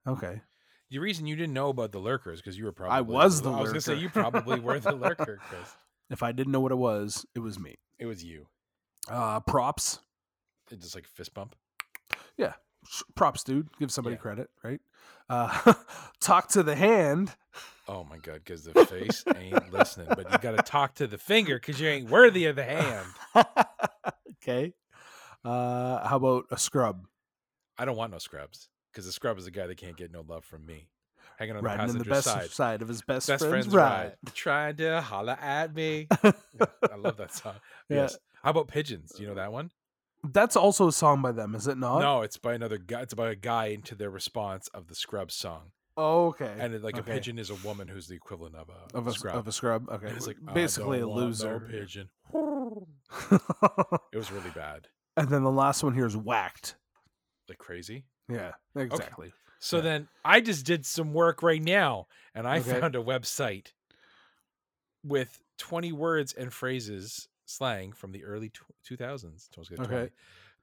Uh, okay, The reason you didn't know about the lurker is because you were probably. I was the I was gonna say lurker. you probably [laughs] were the lurker, Chris. if I didn't know what it was, it was me. It was you. Uh, props, It's just like fist bump. Sh- props, dude. Give somebody Yeah. credit, right? Uh, [laughs] talk to the hand. Oh my god, because the face ain't listening, but you gotta talk to the finger because you ain't worthy of [laughs] the hand. okay. Uh, how about a scrub I don't want no scrubs because the scrub is the guy that can't get no love from me. Hanging on riding in the the passenger best side. side. of his best, Best friend's, friends ride? ride. Trying to holla at [laughs] me. I love that song. Yeah. Yes. How about pigeons? Do you know that one? That's also a song by them, is it not? No, it's by another guy. It's by a guy into their response of the scrub song. Oh, okay. And it- like Okay. a pigeon is a woman who's the equivalent of a, of a scrub. of a scrub. Okay, And it's like "I basically a don't want no loser. pigeon. It was really bad, [laughs] and then the last one here is whacked. like crazy. Yeah, exactly. So Yeah. then I just did some work right now and I Okay. found a website with 20 words and phrases slang from the early tw- 2000s. I was gonna Okay. 20,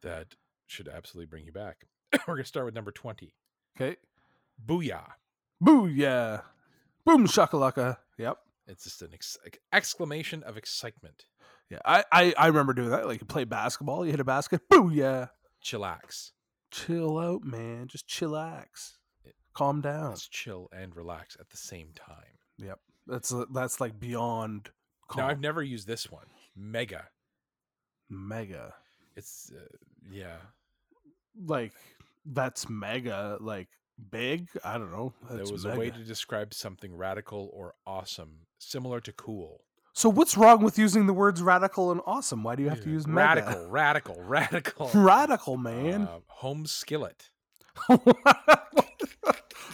That should absolutely bring you back. [coughs] We're going to start with number 20. Okay. Booyah. Boo yeah. Boom shakalaka. Yep. It's just an ex- ex- exclamation of excitement. Yeah. I, I I remember doing that. Like you play basketball, you hit a basket. Boo yeah. Chillax. Chill out, man. Just chillax. Calm down. Let's chill and relax at the same time. That's uh, that's like beyond calm. Now, I've never used this one. Mega. mega. It's, uh, yeah. Like that's mega. Like big. I don't know. There That's was a way mega. to describe something radical or awesome, similar to cool. So what's wrong with using the words radical and awesome? Why do you have to Yeah. use mega? radical, radical, [laughs] radical, [laughs] Radical man. Uh, home skillet. [laughs]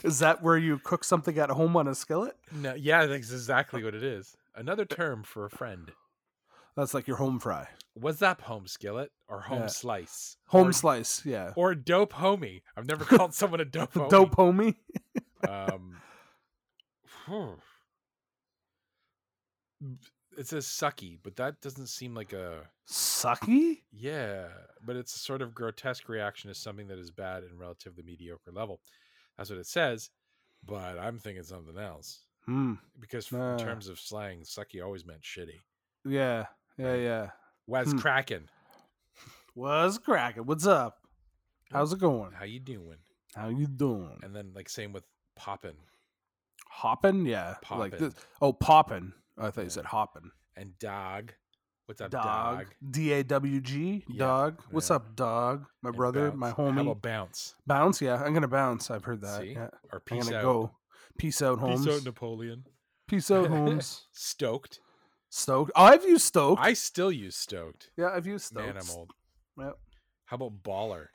Is that where you cook something at home on a skillet? No, yeah, that's exactly what it is. Another term for a friend. That's like your home fry, What's up, home skillet or home Yeah. slice? home or, slice. [laughs] Yeah. or dope homie. I've never called someone a dope homie. [laughs] Dope homie. Um, phew. it says sucky, but that doesn't seem like a Sucky. Yeah, but it's a sort of grotesque reaction to something that is bad and relatively mediocre level. That's what it says, but I'm thinking something else Hmm. because f- Ah. in terms of slang, sucky always meant shitty. Yeah. Yeah. Yeah. What's Hmm. cracking? What's cracking? What's up? How's it going? How you doing? How you doing? And then like same with poppin' Hopping? Yeah. Like Poppin'. this. Oh, popping. I thought Yeah. you said hopping. and dog. What's up, dog? Dog. D A W G. Yeah, Dog. What's yeah. up, dog? My And brother, bounce. my How homie. about bounce? Bounce? Yeah, I'm gonna bounce. I've heard that. See? Yeah. Or I'm peace gonna out. go. Peace out, Holmes. Peace out, Napoleon. Peace [laughs] out, Holmes. Stoked. Stoked. Oh, I've used Stoked. I still use stoked. yeah, I've used Stoked. Man, I'm old. Yep. How about baller?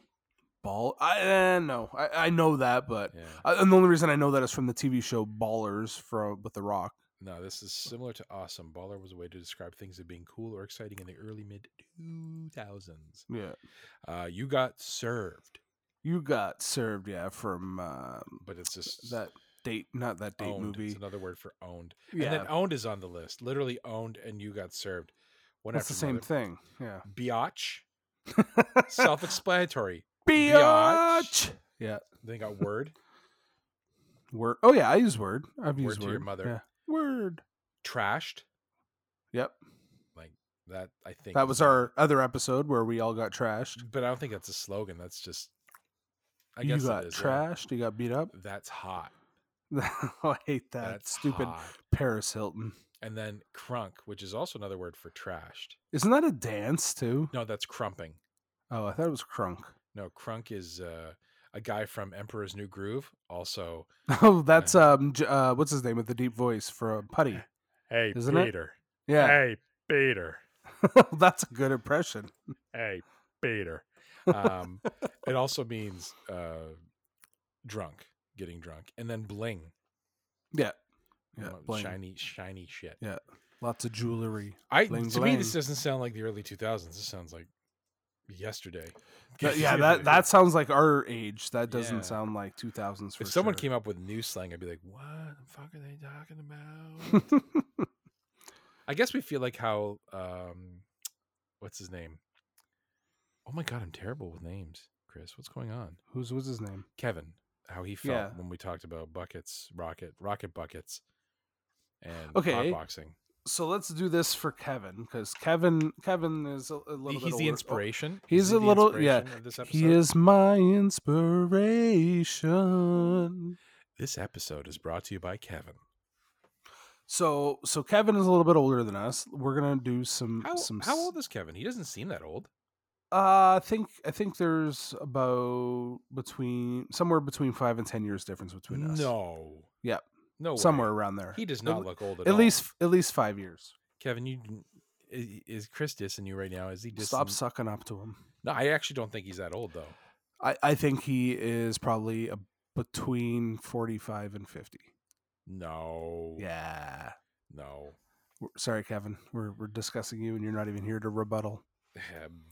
Ball. I eh, no. I, I know that, but Yeah. I, and the only reason I know that is from the TV show Ballers from with The Rock. No, this is similar to awesome. Baller was a way to describe things as being cool or exciting in the early mid 2000s. Yeah. Uh, you got served, You got served, yeah, from um, but it's just that date, not that date owned. movie. It's another word for owned. yeah, And then owned is on the list. Literally owned and you got served. One that's the after same another. thing. Yeah. [laughs] Biatch. Self explanatory. Biatch. Yeah. Then you got word, Word. Oh yeah, I use word. I've Word used to word. your mother. Yeah. Word. trashed. Yep. That I think That is was not- our other episode where we all got trashed. But I don't think that's a slogan. That's just. I you guess it got is, yeah. trashed. You got beat up. [laughs] Oh, That's hot. I hate that That's stupid hot. Paris Hilton. And then crunk, which is also another word for trashed. Isn't that a dance too? No, that's crumping. Oh, I thought it was crunk. No, crunk is uh, a guy from Emperor's New Groove. Also, [laughs] Oh, that's um, J- uh, what's his name with the deep voice for uh, Putty? Eh. hey Isn't it? Peter, Yeah, hey Peter, [laughs] that's a good impression. hey Peter. Um, it also means uh, drunk, getting drunk, and then bling, Yeah, yeah, mo- bling. shiny, shiny shit. Yeah. Lots of jewelry. I Bling, to me this bling. doesn't sound like the early 2000s. This sounds like yesterday. [laughs] That- yeah, that that sounds like our age. That doesn't Yeah. sound like two thousands. if someone came up with new slang, I'd be like, "What the fuck are they talking about?" [laughs] came, I guess we feel like how um what's his name? Oh my god, I'm terrible with names, Chris. What's going on? who's was his name? Kevin, how he felt Yeah. when we talked about buckets, rocket, rocket buckets and Okay. boxing. So let's do this for Kevin because Kevin Kevin is a, a little. bit He's the older. Oh, inspiration. he's he a the little- yeah, inspiration of This episode? He is my inspiration. This episode is brought to you by Kevin. So so Kevin is a little bit older than us. We're gonna do some How some. how s- old is Kevin? He doesn't seem that old. Uh, I think I think there's about between somewhere between five and ten years difference between us. No. Yep. No. way. somewhere around there. He does At not le- look old at, At all. least at least five years. Kevin, you didn't- i- is Chris dissing you right now? Is he dissing? Stop sucking up to him. No, I actually don't think he's that old though. I I think he is probably a, between forty five and fifty. No. Yeah. No. [laughs] We're- Sorry, Kevin. We're we're discussing you, and you're not even here to rebuttal.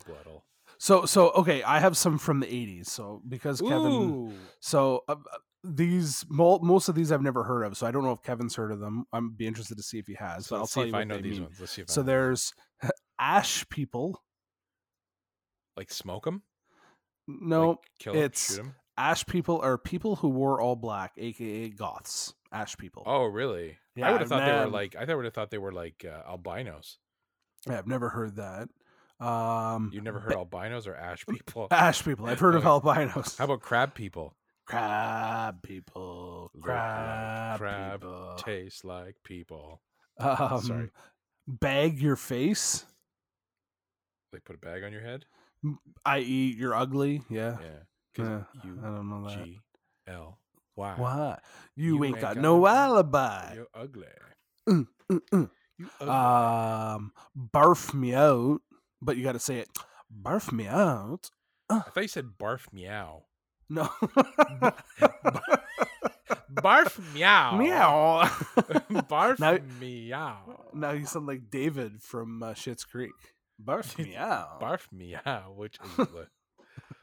Bluttle. So so okay. I have some from the '80s. So because Kevin. Ooh. So uh, uh, these mul- most of these I've never heard of, so I don't know if Kevin's heard of them. I'm be interested to see if he has. So but I'll let's tell see you if what I know they these mean. ones. Let's see if I So know. there's [laughs] ash people. like smoke him. No, like kill him, it's- shoot him. ash people are people who wore all black, aka goths. Ash people. Oh, really? Yeah, I would have thought they were man. like I would have thought they were like uh, albinos. Yeah, I've never heard that. Um, [laughs] You never heard albinos or ash people? ash people. I've heard of Okay. albinos. How about crab people? [laughs] crab people? Look like Crab, crab people. Taste like people. um, Sorry. Bag your face, They put a bag on your head. i.e., you're ugly. Yeah. Yeah. Because Yeah, you I don't know that. G L Y. Why? You, You ain't, got, no alibi. You're ugly. Mm, mm. You Um, barf me out, but you got to say it. Barf me out. I thought you said barf meow. [laughs] No. [laughs] Barf meow. Meow. [laughs] [laughs] barf Now- meow. now you sound like David from uh, Schitt's Creek. Barf meow. Barf meow, which is li-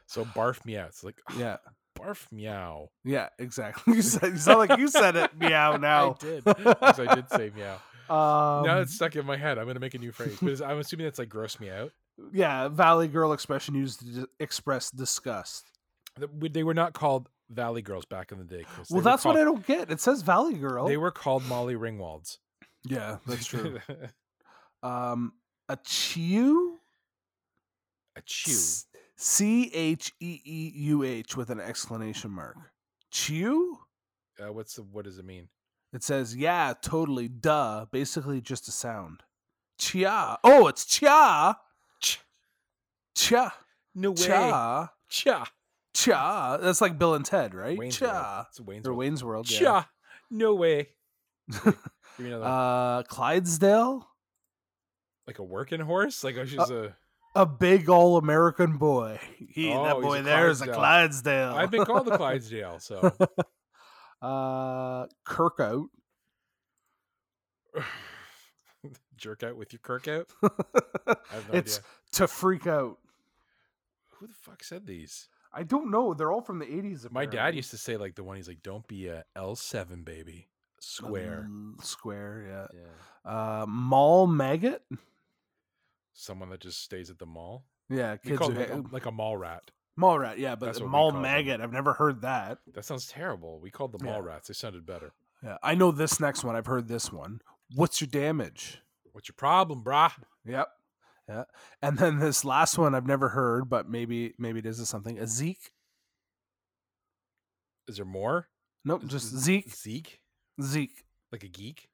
so barf meow. It's like "Ugh, Yeah. barf meow. Yeah. Exactly. [laughs] You, said, you sound like you said it. Meow. Now. I did. 'cause I [laughs] did say meow. Um, now it's stuck in my head. I'm gonna make a new phrase, but it's- I'm assuming that's like gross me out. yeah. Valley girl expression used to d- express disgust. Th- we- They were not called Valley Girls back in the day. Chris. They Well, were that's what I called- don't get. It says Valley girl. They were called Molly Ringwalds. [laughs] yeah. That's true. Um, a chew A chew. C H E E U H with an exclamation mark. Chew? Uh, what's the, what does it mean? It says, yeah, totally, duh. Basically, just a sound. Chia. Oh, it's chia. Ch- Chia. No way. Chia. Cha. Chia. That's like Bill and Ted, right? Wayne's World. Chia. It's Wayne's Or World. Wayne's World. yeah. Cha. No way. [laughs] Give me another one. Uh, Clydesdale, like a working horse? Like I was uh, just a. a big all American boy. He, Oh, that he's boy a there is a Clydesdale. I've been [laughs] called the Clydesdale, so [laughs] uh, Kirk [laughs] out. jerk out with your kirk out. I have no it's idea. to freak out. Who the fuck said these? I don't know. They're all from the 80s. My dad apparently. used to say like the one he's like, "Don't be a L seven baby, square." Mm, Square, Yeah. yeah. Uh, mall maggot. Someone that just stays at the mall. Yeah, We kids call who them like, ha- a, like a mall rat. mall rat. Yeah, but That's what we mall call them. maggot. I've never heard that. That sounds terrible. We called them Yeah. mall rats. They sounded better. Yeah, I know this next one. I've heard this one. What's your damage? What's your problem, brah? Yep. Yeah. And then this last one I've never heard, but maybe maybe it is or something. A Zeke. Is there more? Nope, Z- just z- Zeke. Zeke, Zeke. like a geek.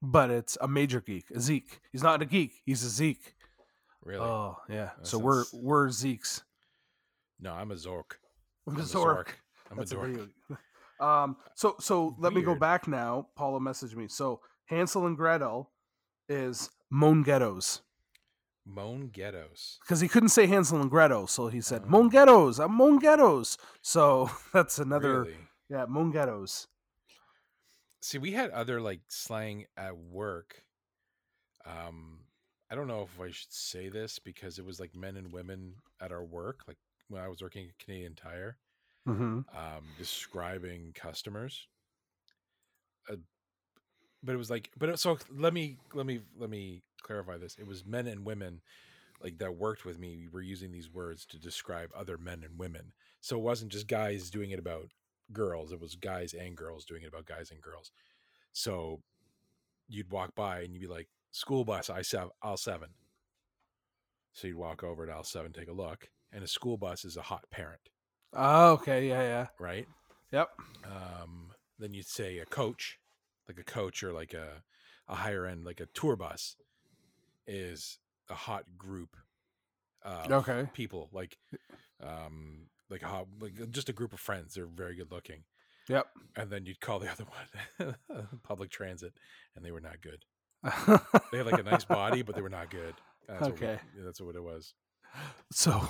But it's a major geek. A Zeke. He's not a geek. He's a Zeke. Really? Oh yeah. That so we're sounds- we're Zeke's. no, I'm a zork. I'm I'm a a Zork. Zork. I'm That's a a dork. video. [laughs] Um. So so let me go Weird. back now. Paula messaged me. So Hansel and Gretel is Moan Ghettos Moan ghettos. because he couldn't say Hansel and Gretel, so he said Moan Oh. Ghettos. I'm Moan Ghettos. So [laughs] that's another Really? yeah Moan Ghettos. See, we had other like slang at work. Um, I don't know if I should say this because it was like men and women at our work, like when I was working at Canadian Tire, Mm-hmm. um, describing customers. Uh, but it was like, but it- so let me let me let me clarify this. It was men and women, like that worked with me. were using these words to describe other men and women. So it wasn't just guys doing it about girls. It was guys and girls doing it about guys and girls. So you'd walk by and you'd be like, school bus, I seven, L seven. So you'd walk over to L seven, take a look, and a school bus is a hot parent, Oh, okay. Yeah. Yeah. right? Yep. Um, then you'd say a coach, like a coach or like a a higher end, like a tour bus, is a hot group. Of Okay. people like, um, like a hot, like just a group of friends. They're very good looking. Yep. and then you'd call the other [laughs] one public transit, and they were not good. They had like a nice body, but they were not good. That's what we- Okay. yeah, that's what it was. [laughs] So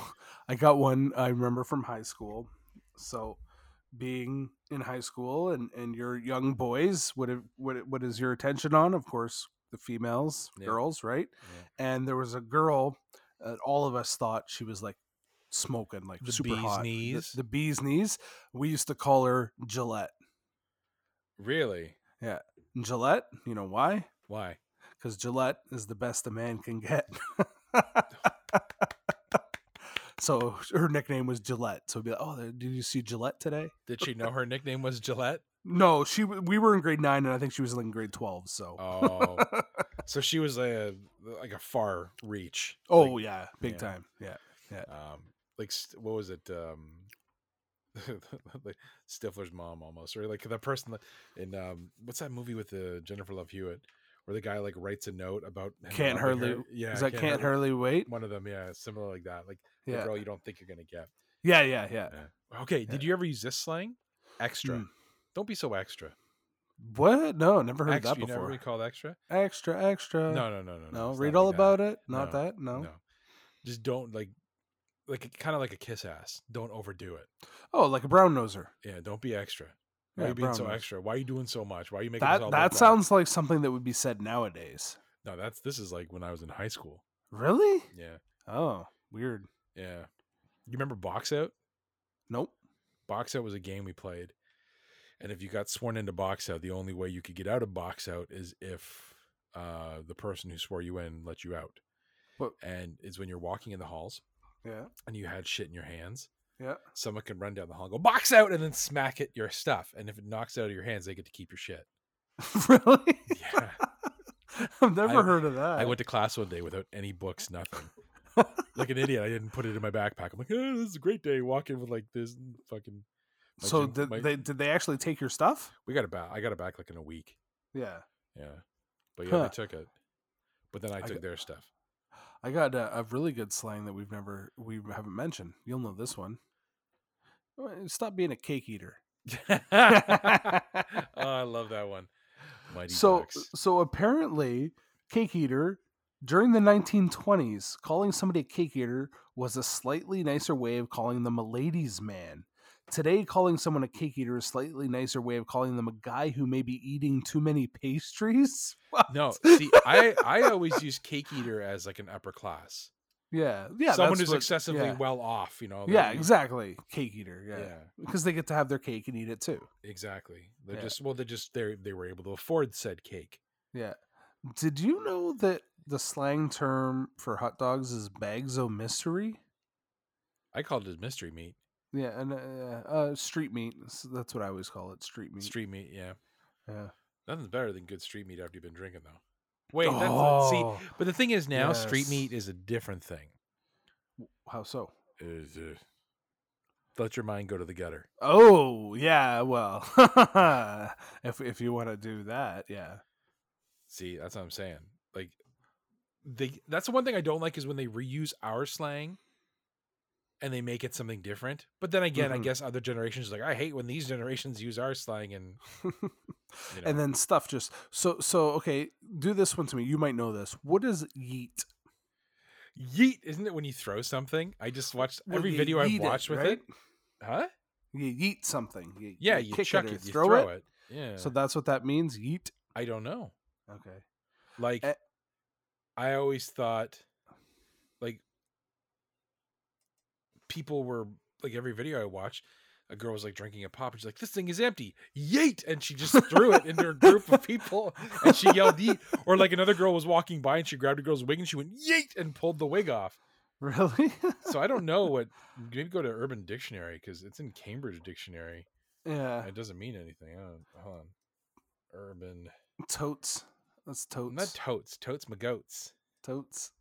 I got one I remember from high school. So being in high school and and your young boys, what have- what what is your attention on? Of course, the females, Yeah. girls, right? And there was a girl that all of us thought she was like smoking, like The super bee's hot. knees. The, the bee's knees. We used to call her Gillette. Really? And Gillette, you know why? Why? because Gillette is the best a man can get. [laughs] so her nickname was Gillette. So it'd be like, oh, there- did you see Gillette today? Did she know her nickname was Gillette? No, she. w- We were in grade nine, and I think she was in grade twelve. So, Oh, [laughs] so she was a like a far reach. oh like, yeah, big yeah. time. Yeah, um, like st- what was it? Um, [laughs] like Stifler's mom almost, or like the person that, in um, what's that movie with the Jennifer Love Hewitt, where the guy like writes a note about him can't helping her- hardly. yeah, is that can't, hardly wait? one of them yeah similar like that like the Yeah, girl you don't think you're gonna get yeah, yeah, yeah. okay did you ever use this slang extra Mm. don't be so extra What? No, never heard extra that you never before. really called extra Extra, extra. no no no no no. it's not Read all like that. about it. Not No, that. No. just don't like like kind of like a kiss ass don't overdo it Oh, like a brown noser. yeah don't be extra why Yeah, are you being brown so nose. extra why are you doing so much why are you making this That all that about- sounds like something that would be said nowadays. no that's this is like when i was in high school Really? yeah Oh, weird. yeah you remember box out Nope. box out was a game we played and if you got sworn into box out the only way you could get out of box out is if uh, the person who swore you in let you out What- and it's when you're walking in the halls Yeah. and you had shit in your hands Yeah. someone can run down the hall and go box out and then smack at your stuff and if it knocks it out of your hands they get to keep your shit [laughs] [laughs] really? yeah [laughs] I've never I- heard of that. [laughs] i went to class one day without any books nothing like an idiot, I didn't put it in my backpack. I'm like, oh, this is a great day. Walking with like this fucking. my so gym- did my- they did they actually take your stuff? we got it back. I got it back like in a week. Yeah. Yeah, but yeah, Huh. they took it. But then I I took got- their stuff. [laughs] I got a, a really good slang that we've never we haven't mentioned. You'll know this one. Uh, Stop being a cake [laughs] eater. [laughs] oh, I love that one. Mighty so Ducks. so apparently cake eater during the 1920s calling somebody a cake eater was a slightly nicer way of calling them a ladies man today calling someone a cake eater is a slightly nicer way of calling them a guy who may be eating too many [laughs] pastries What? No, see, I I always use cake eater as like an upper class. [laughs] yeah yeah someone that's who's what- excessively yeah. well off. You know. they're- yeah exactly cake eater yeah Yeah, because they get to have their cake and eat it too exactly. They're Yeah. just well, they just they they were able to afford said cake. yeah did you know that the slang term for hot dogs is bags o' mystery I called it mystery meat, Yeah, and uh, uh, street meat. s- That's what I always call it, street meat. street meat. Yeah, Yeah. nothing's better than good street meat after you've been drinking, though. Wait, that's oh, see, but the thing is now, street yes. meat is a different thing. how so? Is uh, let your mind go to the gutter. Oh, yeah. Well, [laughs] if if you want to do that, yeah. [laughs] See, that's what I'm saying. Like they that's the one thing I don't like is when they reuse our slang and they make it something different. But then again, I Mhm. guess other generations like I hate when these generations use our slang and [laughs] you know, And then stuff just so so. Okay, do this one to me. You might know this. What is yeet? yeet, isn't it when you throw something? I just watched Well, every you video I've yeet it, watched with right? it. Huh? You yeet something. You, Yeah, you, kick chuck it, it, or you throw, it. Yeah. So that's what that means. Yeet. I don't know. Okay. Like Eh. I always thought like people were like every video I watched, a girl was like drinking a pop and she's like, This thing is empty. Yeet and she just threw it into a group of people and she yelled yeet. Or like another girl was walking by and she grabbed a girl's wig and she went yeet and pulled the wig off. [laughs] [laughs] Really? So I don't know what maybe go to Urban Dictionary because it's in Cambridge Dictionary. yeah. It doesn't mean anything. I don't, hold on. Urban Totes. That's totes. not totes, totes magotes. totes.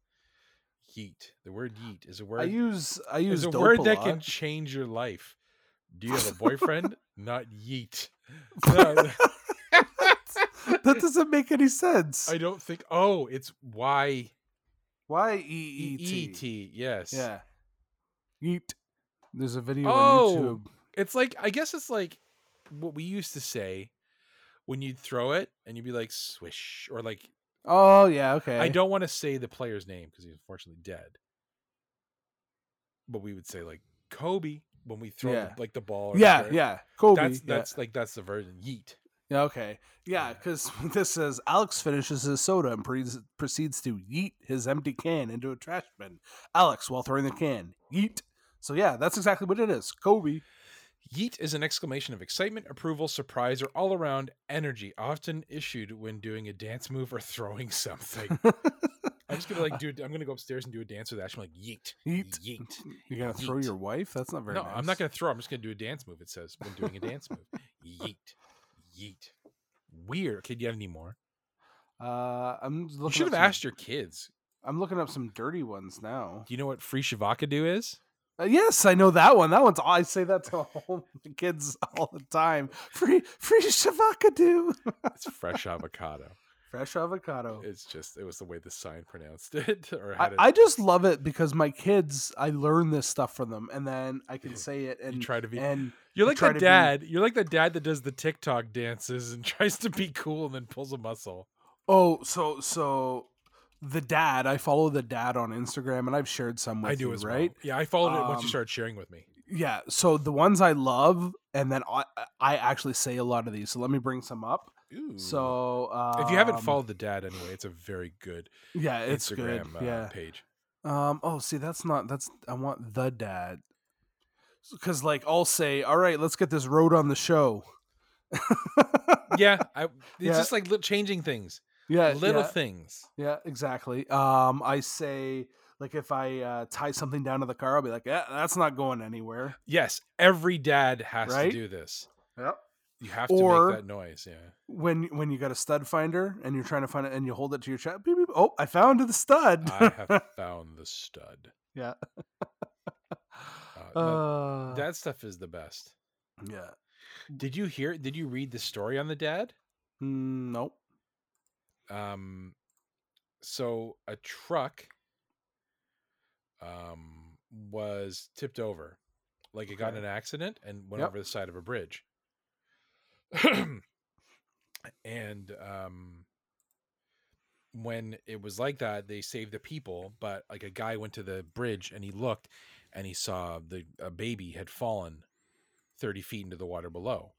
Yeet. The word yeet is a word I use I use is a dope word a that lot. can change your life. Do [laughs] you have a boyfriend? Not yeet. No, [laughs] [laughs] that doesn't make any sense. [laughs] I don't think. Oh, it's y Y e e e e t. t. Yes. Yeah. Yeet. There's a video Oh. on YouTube. It's like I guess it's like what we used to say when you'd throw it and you'd be like swish or like Oh yeah, okay. I don't want to say the player's name because he's unfortunately dead. But we would say like Kobe when we throw Yeah. the, like the ball. or Yeah, whatever. yeah. Kobe. That's yeah. that's like that's the version yeet. Yeah, okay. Yeah, because [laughs] this says Alex finishes his soda and pre- proceeds to yeet his empty can into a trash bin. Alex, while throwing the can, yeet. So yeah, that's exactly what it is. Kobe. Yeet is an exclamation of excitement, approval, surprise, or all around energy, often issued when doing a dance move or [laughs] throwing something. I'm just gonna like do. I'm gonna go upstairs and do a dance with Ash. I'm like yeet, Yeet. yeet. You're gonna throw Yeet. your wife? That's not [laughs] very no, nice. I'm not gonna throw. I'm just gonna do a dance move. It says when doing a dance move. Yeet, yeet. Weird. Kid, you have any more? Uh, I'm looking You should up have some- asked your kids. I'm looking up some dirty ones now. Do you know what free shavaka do is? Uh, yes, I know that one. That one's I say that to [laughs] all the kids all the time. Free free shavakadu. It's fresh avocado. [laughs] Fresh avocado. It's just it was the way the sign pronounced [laughs] it or Oh. I, had it. I [laughs] just love it because my kids, I learn this stuff from them, and then I [laughs] can say it you and try to be and You You're like try the to be- dad. You're like the dad that does the TikTok dances and [laughs] tries to be cool and then pulls a muscle. oh, so so the dad. I follow the dad on Instagram, and I've shared some with I do you, as right. well. Yeah, I followed it once you Um, started sharing with me. Yeah. So the ones I love, and then I I actually say a lot of these. So let me bring some up. Ooh. So um, if you haven't followed the dad anyway, it's a very good yeah, it's Instagram good. yeah. Uh, page. [laughs] Um. Oh, see, that's not. That's I want the dad. Because like I'll say, all right, let's get this road on the show. Yeah, I, it's Yeah. just like li- changing things, yeah, little yeah, things. yeah, exactly. Um, I say like if I uh, tie something down to the car, I'll be like, yeah, that's not going anywhere. Yes, every dad has Right? to do this. Yep. You have to Or- make that noise. Yeah. When when you got a stud finder and you're trying to find it and you hold it to your chest, beep, beep, oh, I found the stud. I [laughs] have found the stud. yeah. no, Uh, That stuff is the best. yeah. Did you hear? Did you read the story on the dad? Mm, nope. Um, so a truck, um, was tipped over, like it got in an accident and went Yep. over the side of a bridge. [clears throat] and um, when it was like that, they saved the people. But like a guy went to the bridge and he looked, and he saw the a baby had fallen thirty feet into the water below.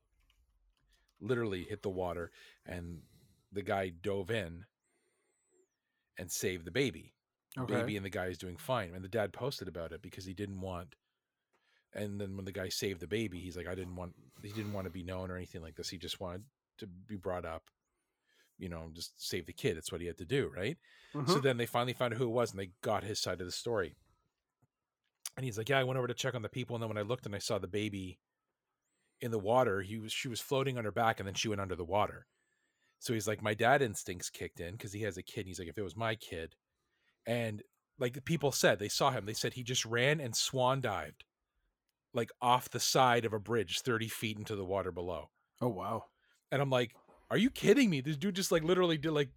Literally hit the water, and the guy dove in and saved the baby. Okay. Baby and the guy is doing fine. And the dad posted about it because he didn't want. And then when the guy saved the baby, he's like, I didn't want. He didn't want to be known or anything like this. He just wanted to be brought up. You know, just save the kid. That's what he had to do, right? Mhm. So then they finally found out who it was, and they got his side of the story. And he's like, "Yeah, I went over to check on the people, and then when I looked and I saw the baby in the water, he was she was floating on her back, and then she went under the water." So he's like, "My dad instincts kicked in because he has a kid." And he's like, "If it was my kid," and like the people said, they saw him. They said he just ran and swan dived, like off the side of a bridge, thirty feet into the water below. oh wow. And I'm like, "Are you kidding me? This dude just like literally did like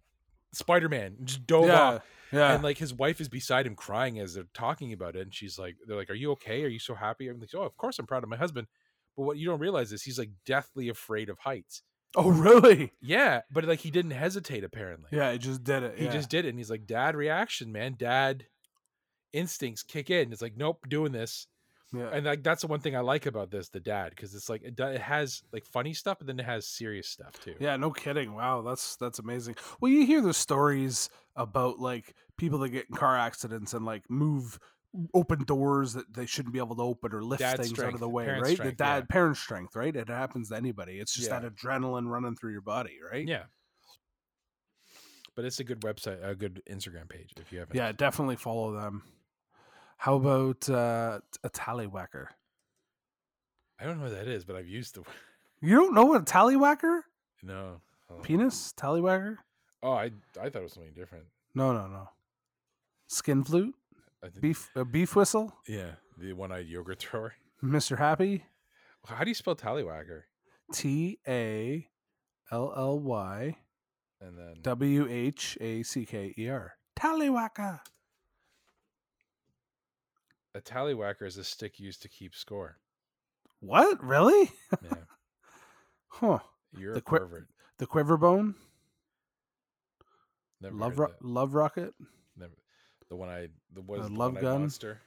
Spider Man, just dove off." yeah. Yeah. and like his wife is beside him crying as they're talking about it and she's like they're like are you okay are you so happy i'm like oh of course i'm proud of my husband but what you don't realize is he's like deathly afraid of heights oh [laughs] really? yeah but like he didn't hesitate apparently Yeah. It just did it. he yeah. just did it and he's like dad reaction man dad instincts kick in it's like nope doing this Yeah. and like that's the one thing i like about this the dad because it's like it, do- it has like funny stuff but then it has serious stuff too Yeah, no kidding. Wow, that's that's amazing. Well, you hear the stories about like people that get in car accidents and like move open doors that they shouldn't be able to open or lift Dad things out strength, of the way, parent right? strength, the yeah. dad parent strength, right? It happens to anybody. It's just Yeah. that adrenaline running through your body, right? yeah but it's a good website a good instagram page if you haven't Yeah, definitely follow them. How about uh a tallywhacker? i don't know what that is but i've used the You don't know what a tallywhacker? No. hold on. Penis? Tallywhacker? Oh, I I thought it was something different. No, no, no. Skin flute? I think, Beef uh, beef whistle? Yeah, the one-eyed yogurt [laughs] thrower. Mr. Happy? How do you spell tallywhacker? T A L L Y And then W H A C K E R. Tallywhacker. a tallywhacker is a stick used to keep score. What? Really? Yeah, Huh. you're The a qui- pervert. The quiver bone? Never Love, heard ro- that. love rocket? Never. The one-eyed. The what The is the love one-eyed gun? monster?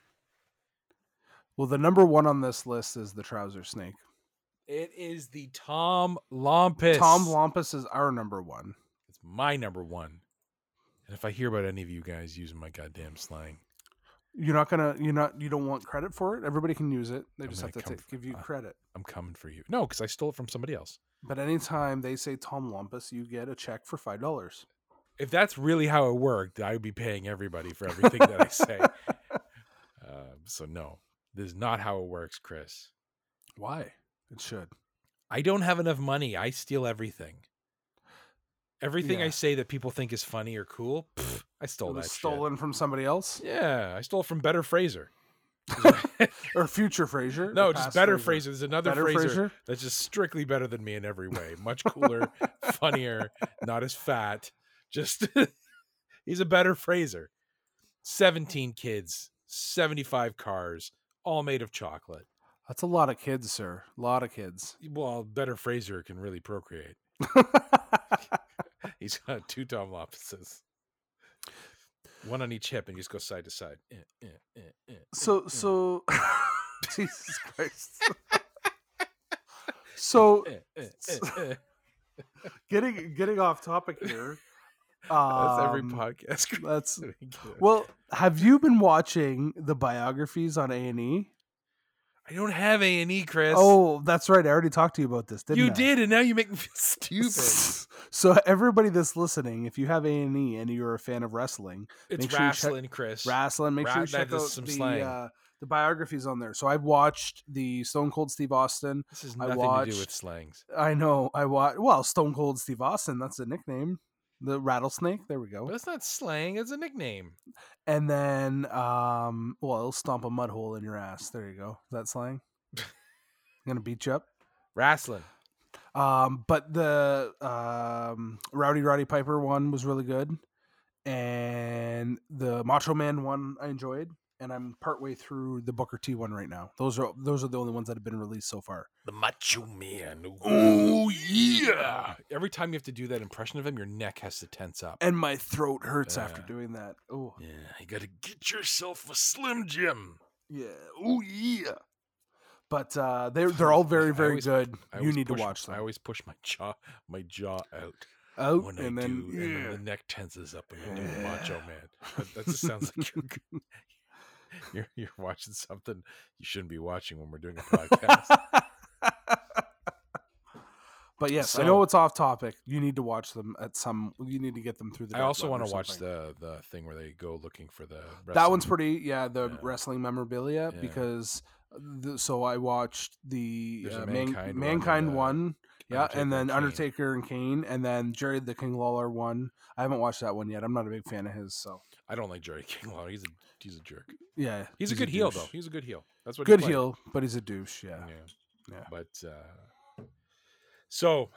Well, the number one on this list is the trouser snake. It is the Tom Lompus. Tom Lompus is our number one. It's my number one. And if I hear about any of you guys using my goddamn slang, You're not gonna. You're not. You don't want credit for it. Everybody can use it. They I'm just have to gonna come ta- for- give you uh, credit. I'm coming for you. No, because I stole it from somebody else. But anytime they say Tom Lompus, you get a check for five dollars. if that's really how it worked, I would be paying everybody for everything that I [laughs] say. Um, so no, this is not how it works, Chris. Why? It should. I don't have enough money. I steal everything. Everything Yeah. I say that people think is funny or cool, pff, I stole it that. was shit. stolen from somebody else Yeah, I stole from Better [laughs] Fraser. or future Fraser. no, just Better Fraser. There's another Better Fraser, Fraser? that's just strictly better than me in every way. [laughs] Much cooler, funnier, not as fat. Just [laughs] he's a better Fraser. 17 kids, 75 cars, all made of chocolate. That's a lot of kids, sir. A lot of [laughs] kids. Well, better Fraser can really procreate. [laughs] He's got two Tom Loppuses. One on each hip and you just go side to side. Eh, eh, eh, eh, eh, so eh. so [laughs] Jesus [laughs] Christ. so Eh, [laughs] eh, eh, eh. getting getting off topic here. That's every um, [laughs] podcast. Chris. That's We get it. well. Have you been watching the biographies on A and E? I don't have A and E, Chris. Oh, that's right. I already talked to you about this, didn't you I? did, and now you make me feel [laughs] [laughs] stupid. So everybody that's listening, if you have A and E and you're a fan of wrestling, It's Make sure you check- wrestling, Chris. wrestling, make sure you Rat- that check is out some the slang. uh, the biographies on there. So I've watched the Stone Cold Steve Austin. this has I nothing to do with watched- slangs. I know. I watch well Stone Cold Steve Austin. That's a nickname. The rattlesnake. There we go. But it's not slang, it's a nickname. And then, um, well, it'll stomp a mud hole in your ass. There you go. Is that [laughs] slang? gonna beat you up. Wrestling. Um, but the um, Rowdy Roddy Piper one was really good, and the Macho Man one I enjoyed, and I'm partway through the Booker T one right now. Those are those are the only ones that have been released so far. The macho man. Every time you have to do that impression of him, your neck has to tense up. And my throat hurts after Yeah. doing that. Oh yeah, you gotta get yourself a Slim Jim. yeah, oh yeah. But uh, [laughs] they're they're all I very very always- good. I You always need push- to watch I them. always push my jaw my jaw out Out when and I then, do, and then yeah. the neck tenses up when you do the Yeah. [sighs] macho man. That, that just sounds like you're, [laughs] g- you're you're watching something you shouldn't be watching when [laughs] we're doing a podcast. but yes, I know So- it's off topic. You need to watch them at some. You need to get them through the. I deadlift also or want to watch something. the the thing where they go looking for the That one's wrestling- pretty. Yeah, the Yeah. wrestling memorabilia Yeah. because. The, so I watched the There's a uh, Man- Mankind one mankind, and the one, yeah, and Undertaker then and Kane. Undertaker and Kane, and then Jared the King Lawler one. I haven't watched that one yet. I'm not a big fan of his, so I don't like Jerry [laughs] King Lawler. He's a he's a jerk. yeah, He's, a good heel douche. though. He's a good heel. That's what he Good played. heel, but he's a douche. Yeah, Yeah. Yeah. But uh so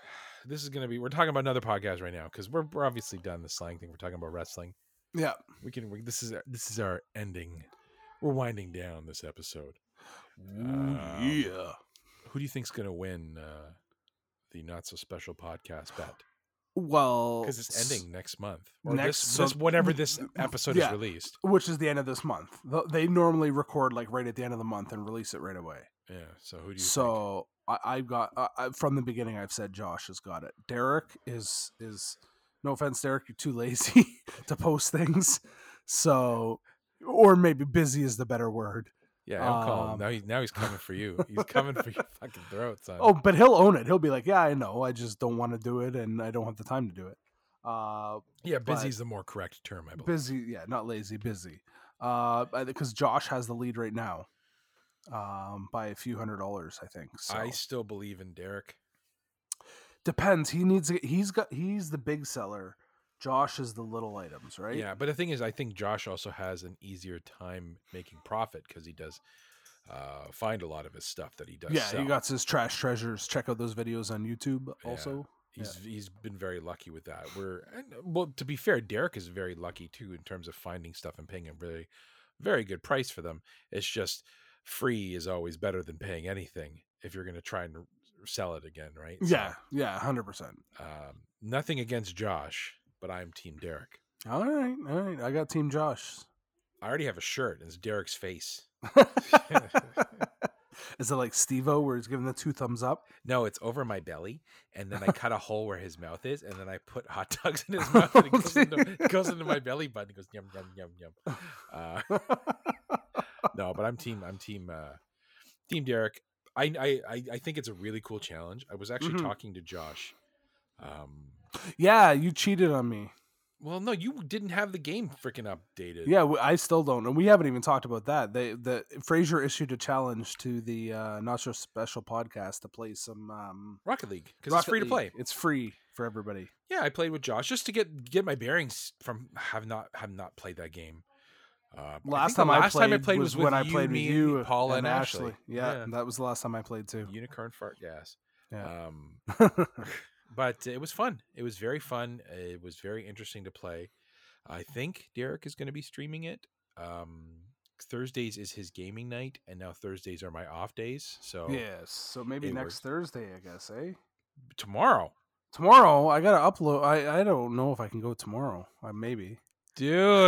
this is gonna be we're talking about another podcast right now because we're we're obviously done the slang thing. We're talking about wrestling. yeah. We can we, this is this is our ending. We're winding down this episode. Um, yeah. Who do you think's gonna win uh the not so special podcast bet? Well, Because it's s- ending next month. Or next- this, so- this- whenever this episode yeah. is released. which is the end of this month. Th- They normally record like right at the end of the month and release it right away. Yeah. So who do you think? So I, I've got I, I, from the beginning. I've said Josh has got it. Derek is is no offense, Derek, you're too lazy [laughs] to post things. So, or maybe busy is the better word. Yeah, don't call him. um, Now he's now he's coming [laughs] for you. He's coming for your fucking throat, son. Oh, but he'll own it. He'll be like, yeah, I know. I just don't want to do it, and I don't have the time to do it. Uh, yeah, but- busy's the more correct term, I believe. busy, yeah, not lazy, busy. Uh, because Josh has the lead right now, um, by a few hundred dollars, I think. So. I still believe in Derek. depends he needs to- he's got he's the big seller josh is the little items right Yeah, but the thing is, I think Josh also has an easier time making profit because he does uh, find a lot of his stuff that he does. yeah sell. he got his trash treasures check out those videos on youtube Yeah. also He's he's been very lucky with that. We're and, uh, well, to be fair, Derek is very lucky too in terms of finding stuff and paying a really very good price for them. It's just free is always better than paying anything if you're going to try and r- sell it again, right? So, yeah yeah 100% um, nothing against Josh, but I'm Team Derek. all right all right i got team [laughs] josh I already have a shirt and it's Derek's face. [laughs] is it like stevo where he's giving the two thumbs up [laughs] No, it's over my belly, and then I cut a hole where his mouth is, and then I put hot dogs in his mouth, and it goes into, it goes into my belly button. It goes yum yum yum yum. Uh, no, but I'm team. I'm team. Uh, team Derek. I, I I I think it's a really cool challenge. I was actually Mhm. talking to Josh. Um, yeah you cheated on me well, no, you didn't have the game freaking updated. yeah w- i still don't and we haven't even talked about that they the fraser issued a challenge to the uh not so special podcast to play some um Rocket League because it's Rocket free to League. play. it's free for everybody yeah, I played with Josh just to get get my bearings from have not have not played that game. Uh, but I last think the time I last played, time I played was, was with when I you, played with me and you, Paula and, Ashley. Yeah, that was the last time I played too. unicorn fart gas. Yeah. Um, [laughs] but it was fun. It was very fun. It was very interesting to play. I think Derek is going to be streaming it. Um, Thursdays is his gaming night, and now Thursdays are my off days. So yes. So maybe Oh. it next worked. Thursday, I guess. Eh. tomorrow, Tomorrow, I gotta upload. I I don't know if I can go tomorrow. I maybe. do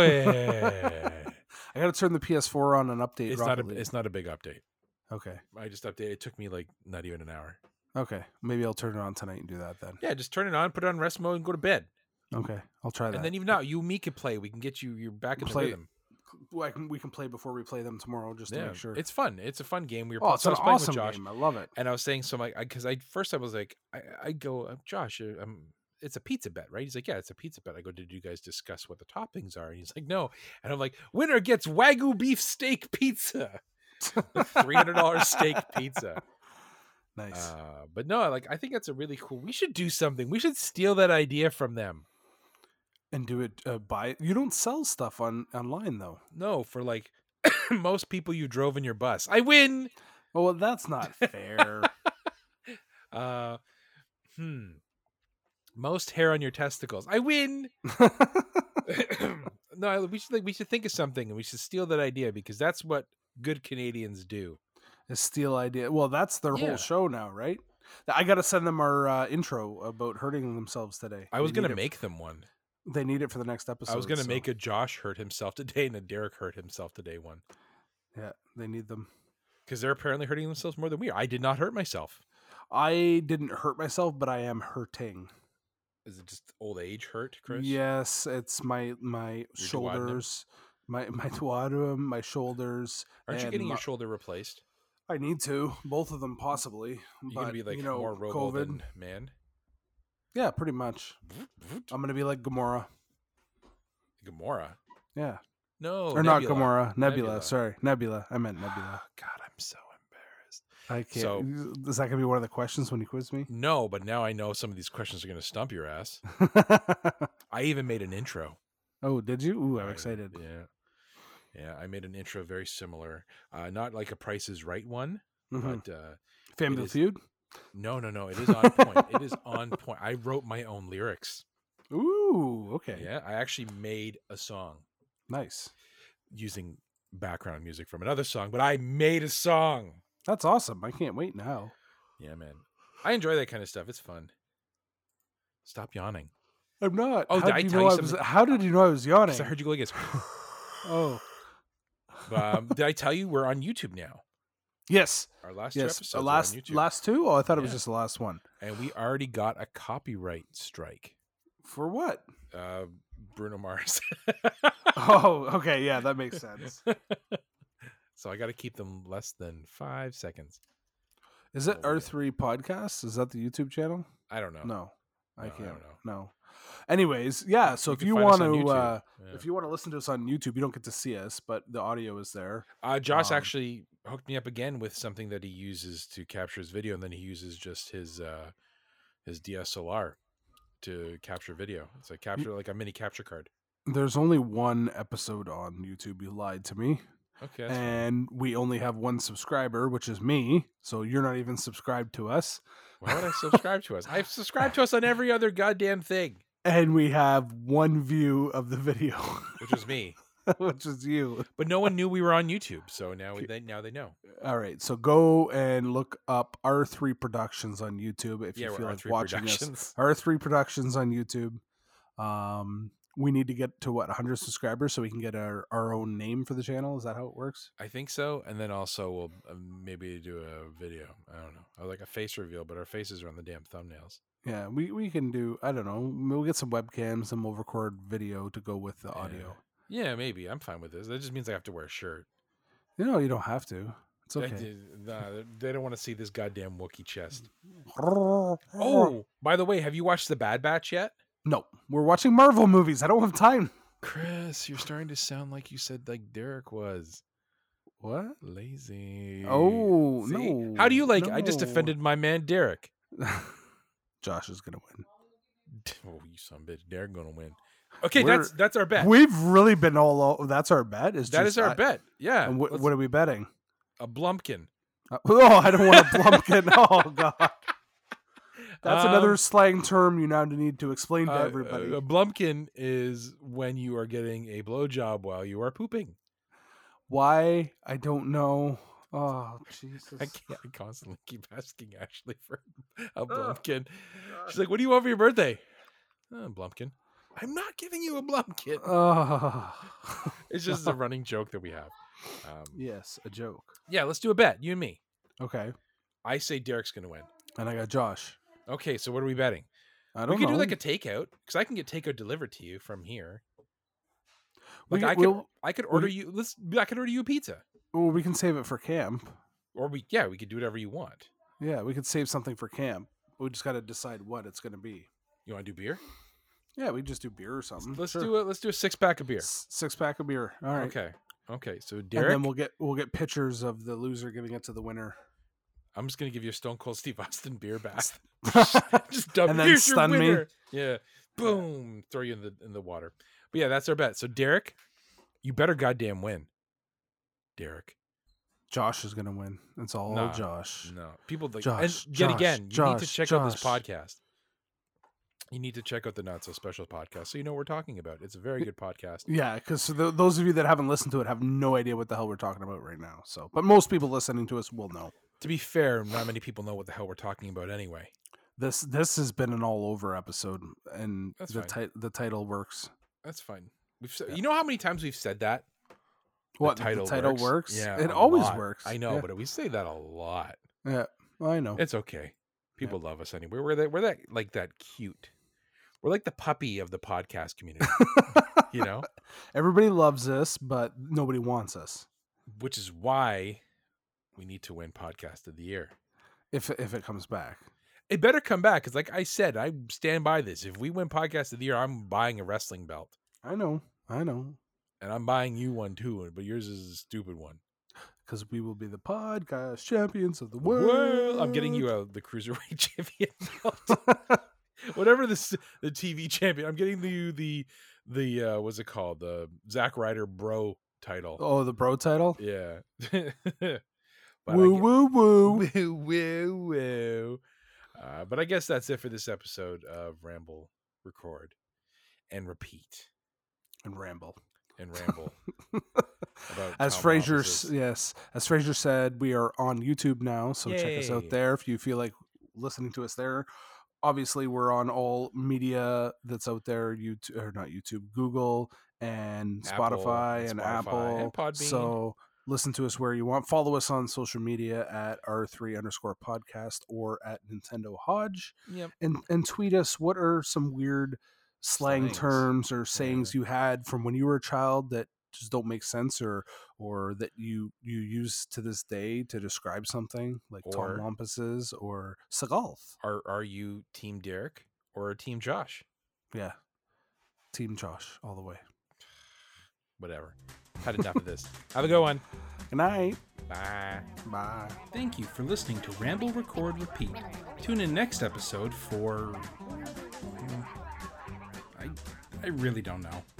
[laughs] [laughs] it. I gotta turn the PS4 on and update. it's not Rocket a League. it's not a big update. okay. I just updated. It took me like not even an hour. Okay. Maybe I'll turn it on tonight and do that then. Yeah, just turn it on, put it on rest mode, and go to bed. Okay. I'll try that. And then even now, you and me can play. We can get you. You're back in Play- the rhythm. Well, I can, we can play before we play them tomorrow, just to Yeah, make sure. it's fun. It's a fun game. We were oh, pl- it's so I an was playing with awesome Josh, game. I love it. and I was saying so like because I first I was like I, I go "Uh, Josh uh, um it's a pizza bet right he's like yeah it's a pizza bet I go did you guys discuss what the toppings are and he's like no and I'm like winner gets wagyu beef steak pizza [laughs] three hundred dollars steak pizza Nice. uh, but no like I think that's a really cool we should do something we should steal that idea from them And do it uh, buy You don't sell stuff on online though. No, for like [coughs] most people you drove in your bus. I win. Oh, well, that's [laughs] not fair. [laughs] Uh, hmm. Most hair on your testicles. I win. [clears throat] no, I- we should like, we should think of something and we should steal that idea because that's what good Canadians do. a steal idea. Well, that's their Yeah. whole show now, right? I got to send them our uh, intro about hurting themselves today. I was They need gonna it- make them one. They need it for the next episode. I was gonna so, make a Josh hurt himself today and a Derek hurt himself today one Yeah, they need them. because they're apparently hurting themselves more than we are. I did not hurt myself. I didn't hurt myself, but I am hurting. Is it just old age hurt, Chris? Yes, it's my my duodenum? shoulders, my my duodenum, my shoulders. Aren't you and getting my- your shoulder replaced? I need to both of them possibly. You're but, gonna be like you know, more robo COVID. than man. Yeah, pretty much. I'm gonna be like Gamora. Gamora. Yeah, No, or not Oh, Nebula. Gamora, Nebula, Nebula. Sorry, Nebula. I meant Nebula. God, I'm so embarrassed. I can't. So- is that gonna be one of the questions when you quiz me? [laughs] No, but now I know some of these questions are going to stump your ass. I even made an intro. oh, did you? Ooh, I'm I- excited. Yeah. Yeah, I made an intro very similar. Uh, not like a Price is Right one, Mhm. but uh, Family is- Feud. no, no, no. It is on point. it is on point. I wrote my own lyrics. Ooh, [laughs] okay, Yeah, I actually made a song nice. using background music from another song, but I made a song. That's awesome. I can't wait now. Yeah, man. I enjoy that kind of stuff. It's fun. Stop yawning. I'm not. Oh, how did I you tell know you I was, something? How did you know I was 'Cause yawning? I heard you go like this. [sighs] oh, [laughs] um, did I tell you we're on YouTube now? yes, Our last two yes. episodes The were last on YouTube, last two. Oh, I thought it was Yeah. just the last one. and we already got a copyright strike. For [laughs] what? Uh, Bruno Mars. [laughs] Oh, okay. Yeah, that makes sense. so I got to keep them less than five seconds. Is it Oh, R yeah. three podcast? Is that the YouTube channel? I don't know. No, I No, I can't. don't know. No. Anyways, yeah. So if can you find want us on to, YouTube. uh, Yeah. if you want to listen to us on YouTube, you don't get to see us, but the audio is there. uh, Josh um, actually hooked me up again with something that he uses to capture his video, and then he uses just his uh, his DSLR to capture video. It's a capture like a mini capture card. There's only one episode on YouTube. You lied to me, Okay. that's fine. and we only have one subscriber, which is me. So you're not even subscribed to us, Why would I subscribe to us? [laughs] I've subscribed to us on every other goddamn thing, and we have one view of the video, [laughs] which is me. which is you. But no one knew we were on YouTube, so now we, they now they know. All right, so go and look up R3 Productions on YouTube if you we're feel like R3 watching this. Productions. [laughs] R3 Productions on YouTube. Um, we need to get to what 100 subscribers so we can get our, our own name for the channel. Is that how it works? I think so, and then also we'll uh, maybe do a video. I don't know, or like a face reveal, but our faces are on the damn thumbnails. Yeah, we, we can do. I don't know. We'll get some webcams and we'll record video to go with the Yeah. audio. Yeah, maybe I'm fine with this. That just means I have to wear a shirt. You know, you don't have to. It's That okay. did- nah, they- they don't want to see this goddamn [laughs] Wookiee chest. Oh, by the way, have you watched the Bad Batch yet? no, we're watching Marvel movies. I don't have time. Chris, you're starting to sound like you said like Derek was What? lazy. Oh See? no! How do you like? I just no. defended my man Derek. Josh is gonna win. Oh, you son of a bitch. They're going to win. Okay, We're- that's that's our bet. We've really been all. o that's our bet. Is that just is our I- bet. Yeah. And wh- let's- what are we betting? a blumpkin. Uh, [laughs] oh, I don't want a [laughs] plumpkin. oh God, that's another Um, slang term you now need to explain to uh, everybody. A blumpkin is when you are getting a blowjob while you are pooping. Why? I don't know. Oh Jesus! [laughs] I can't I constantly keep asking Ashley [laughs] for Oh, a blumpkin. She's like, "What do you want for your birthday?" Uh, blumpkin. I'm not giving you a blumpkin. [laughs] [laughs] Oh. It's just a running joke that we have. Um, yes, a joke. yeah, let's do a bet. You and me. Okay, I say Derek's going to win. and I got Josh. Okay, so what are we betting? I don't We could know. do like a takeout because I can get takeout delivered to you from here. We Like can- I could, we'll- I could order you. Let's. I could order you a pizza, well, we can save it for camp. or we. Yeah, we could do whatever you want. Yeah, we could save something for camp. We just got to decide what it's going to be. You want to do beer? Yeah, we just do beer or something. Let's do it. Let's do a six pack of beer. Six pack of beer. Um, All right. Okay. Okay. So And Derek, then we'll get we'll get pictures of the loser giving it to the [laughs] winner. I'm just [laughs] gonna give you a Stone Cold Steve Austin beer bath. [laughs] and just dump. then Here's your stun me. winner. Yeah. boom, throw you in the in the water. But yeah, that's our bet. So Derek, you better goddamn win. Derek, Josh is gonna win. It's all Nah, Josh. no people like Josh, and yet Josh, again. You need to Josh, check out this Josh. podcast. You need to check out the Not So Special podcast, so you know what we're talking about. It's a very good podcast. Yeah, because th- those of you that haven't listened to it have no idea what the hell we're talking about right now. So, but most people listening to us will know. To be fair, not many people know what the hell we're talking about anyway. This this has been an all over episode, and That's the fine. ti- the title works. That's fine. We've said, you know how many times we've said that The What Uh, the title, works. Yeah, it a always lot. works. I know, Yeah, Oh. but we say that a lot. I know. It's okay. People love us anyway. We're that we're that like that cute. We're like the puppy of the podcast community, you [laughs] know, [laughs] Everybody loves us, but nobody wants us. which is why we need to win podcast of the year. If if it comes back, It better come back because, like I said, I stand by this. If we win podcast of the year, I'm buying a wrestling belt, I know, I know, and I'm buying you one too. But yours is a stupid one. because we will be the podcast champions of the world. Well, I'm getting you a, the cruiserweight [laughs] champion belt. [laughs] Whatever this the TV champion, I'm getting you the the uh what's it called the Zack Ryder Bro title. Oh, the bro title. Yeah. [laughs] but I woo gue- woo woo. [laughs] woo woo woo. Uh, but I guess that's it for this episode of Ramble, Record, and Repeat and ramble. [laughs] and Ramble. About as Tom Fraser, s- Hobbs's- yes, as Fraser said, we are on YouTube now, so check us Yay. out there if you feel like listening to us there. Obviously, we're on all media that's out there, YouTube or not YouTube, Google and Apple Spotify and, and Spotify Apple. and Podbean. So listen to us where you want. Follow us on social media at R3 underscore podcast or at Nintendo Hodge. Yep. And and tweet us what are some weird slang Slangs. terms or sayings you had from when you were a child that just don't make sense or or that you you use to this day to describe something like Or- Tom Lompuses or Segalth. Are are you Team Derek or Team Josh? Yeah. Team Josh all the way. Whatever. Had [laughs] enough of this. Have a good one. Good night. Bye. Bye. Thank you for listening to Ramble Record Repeat. Tune in next episode for. I, I really don't know.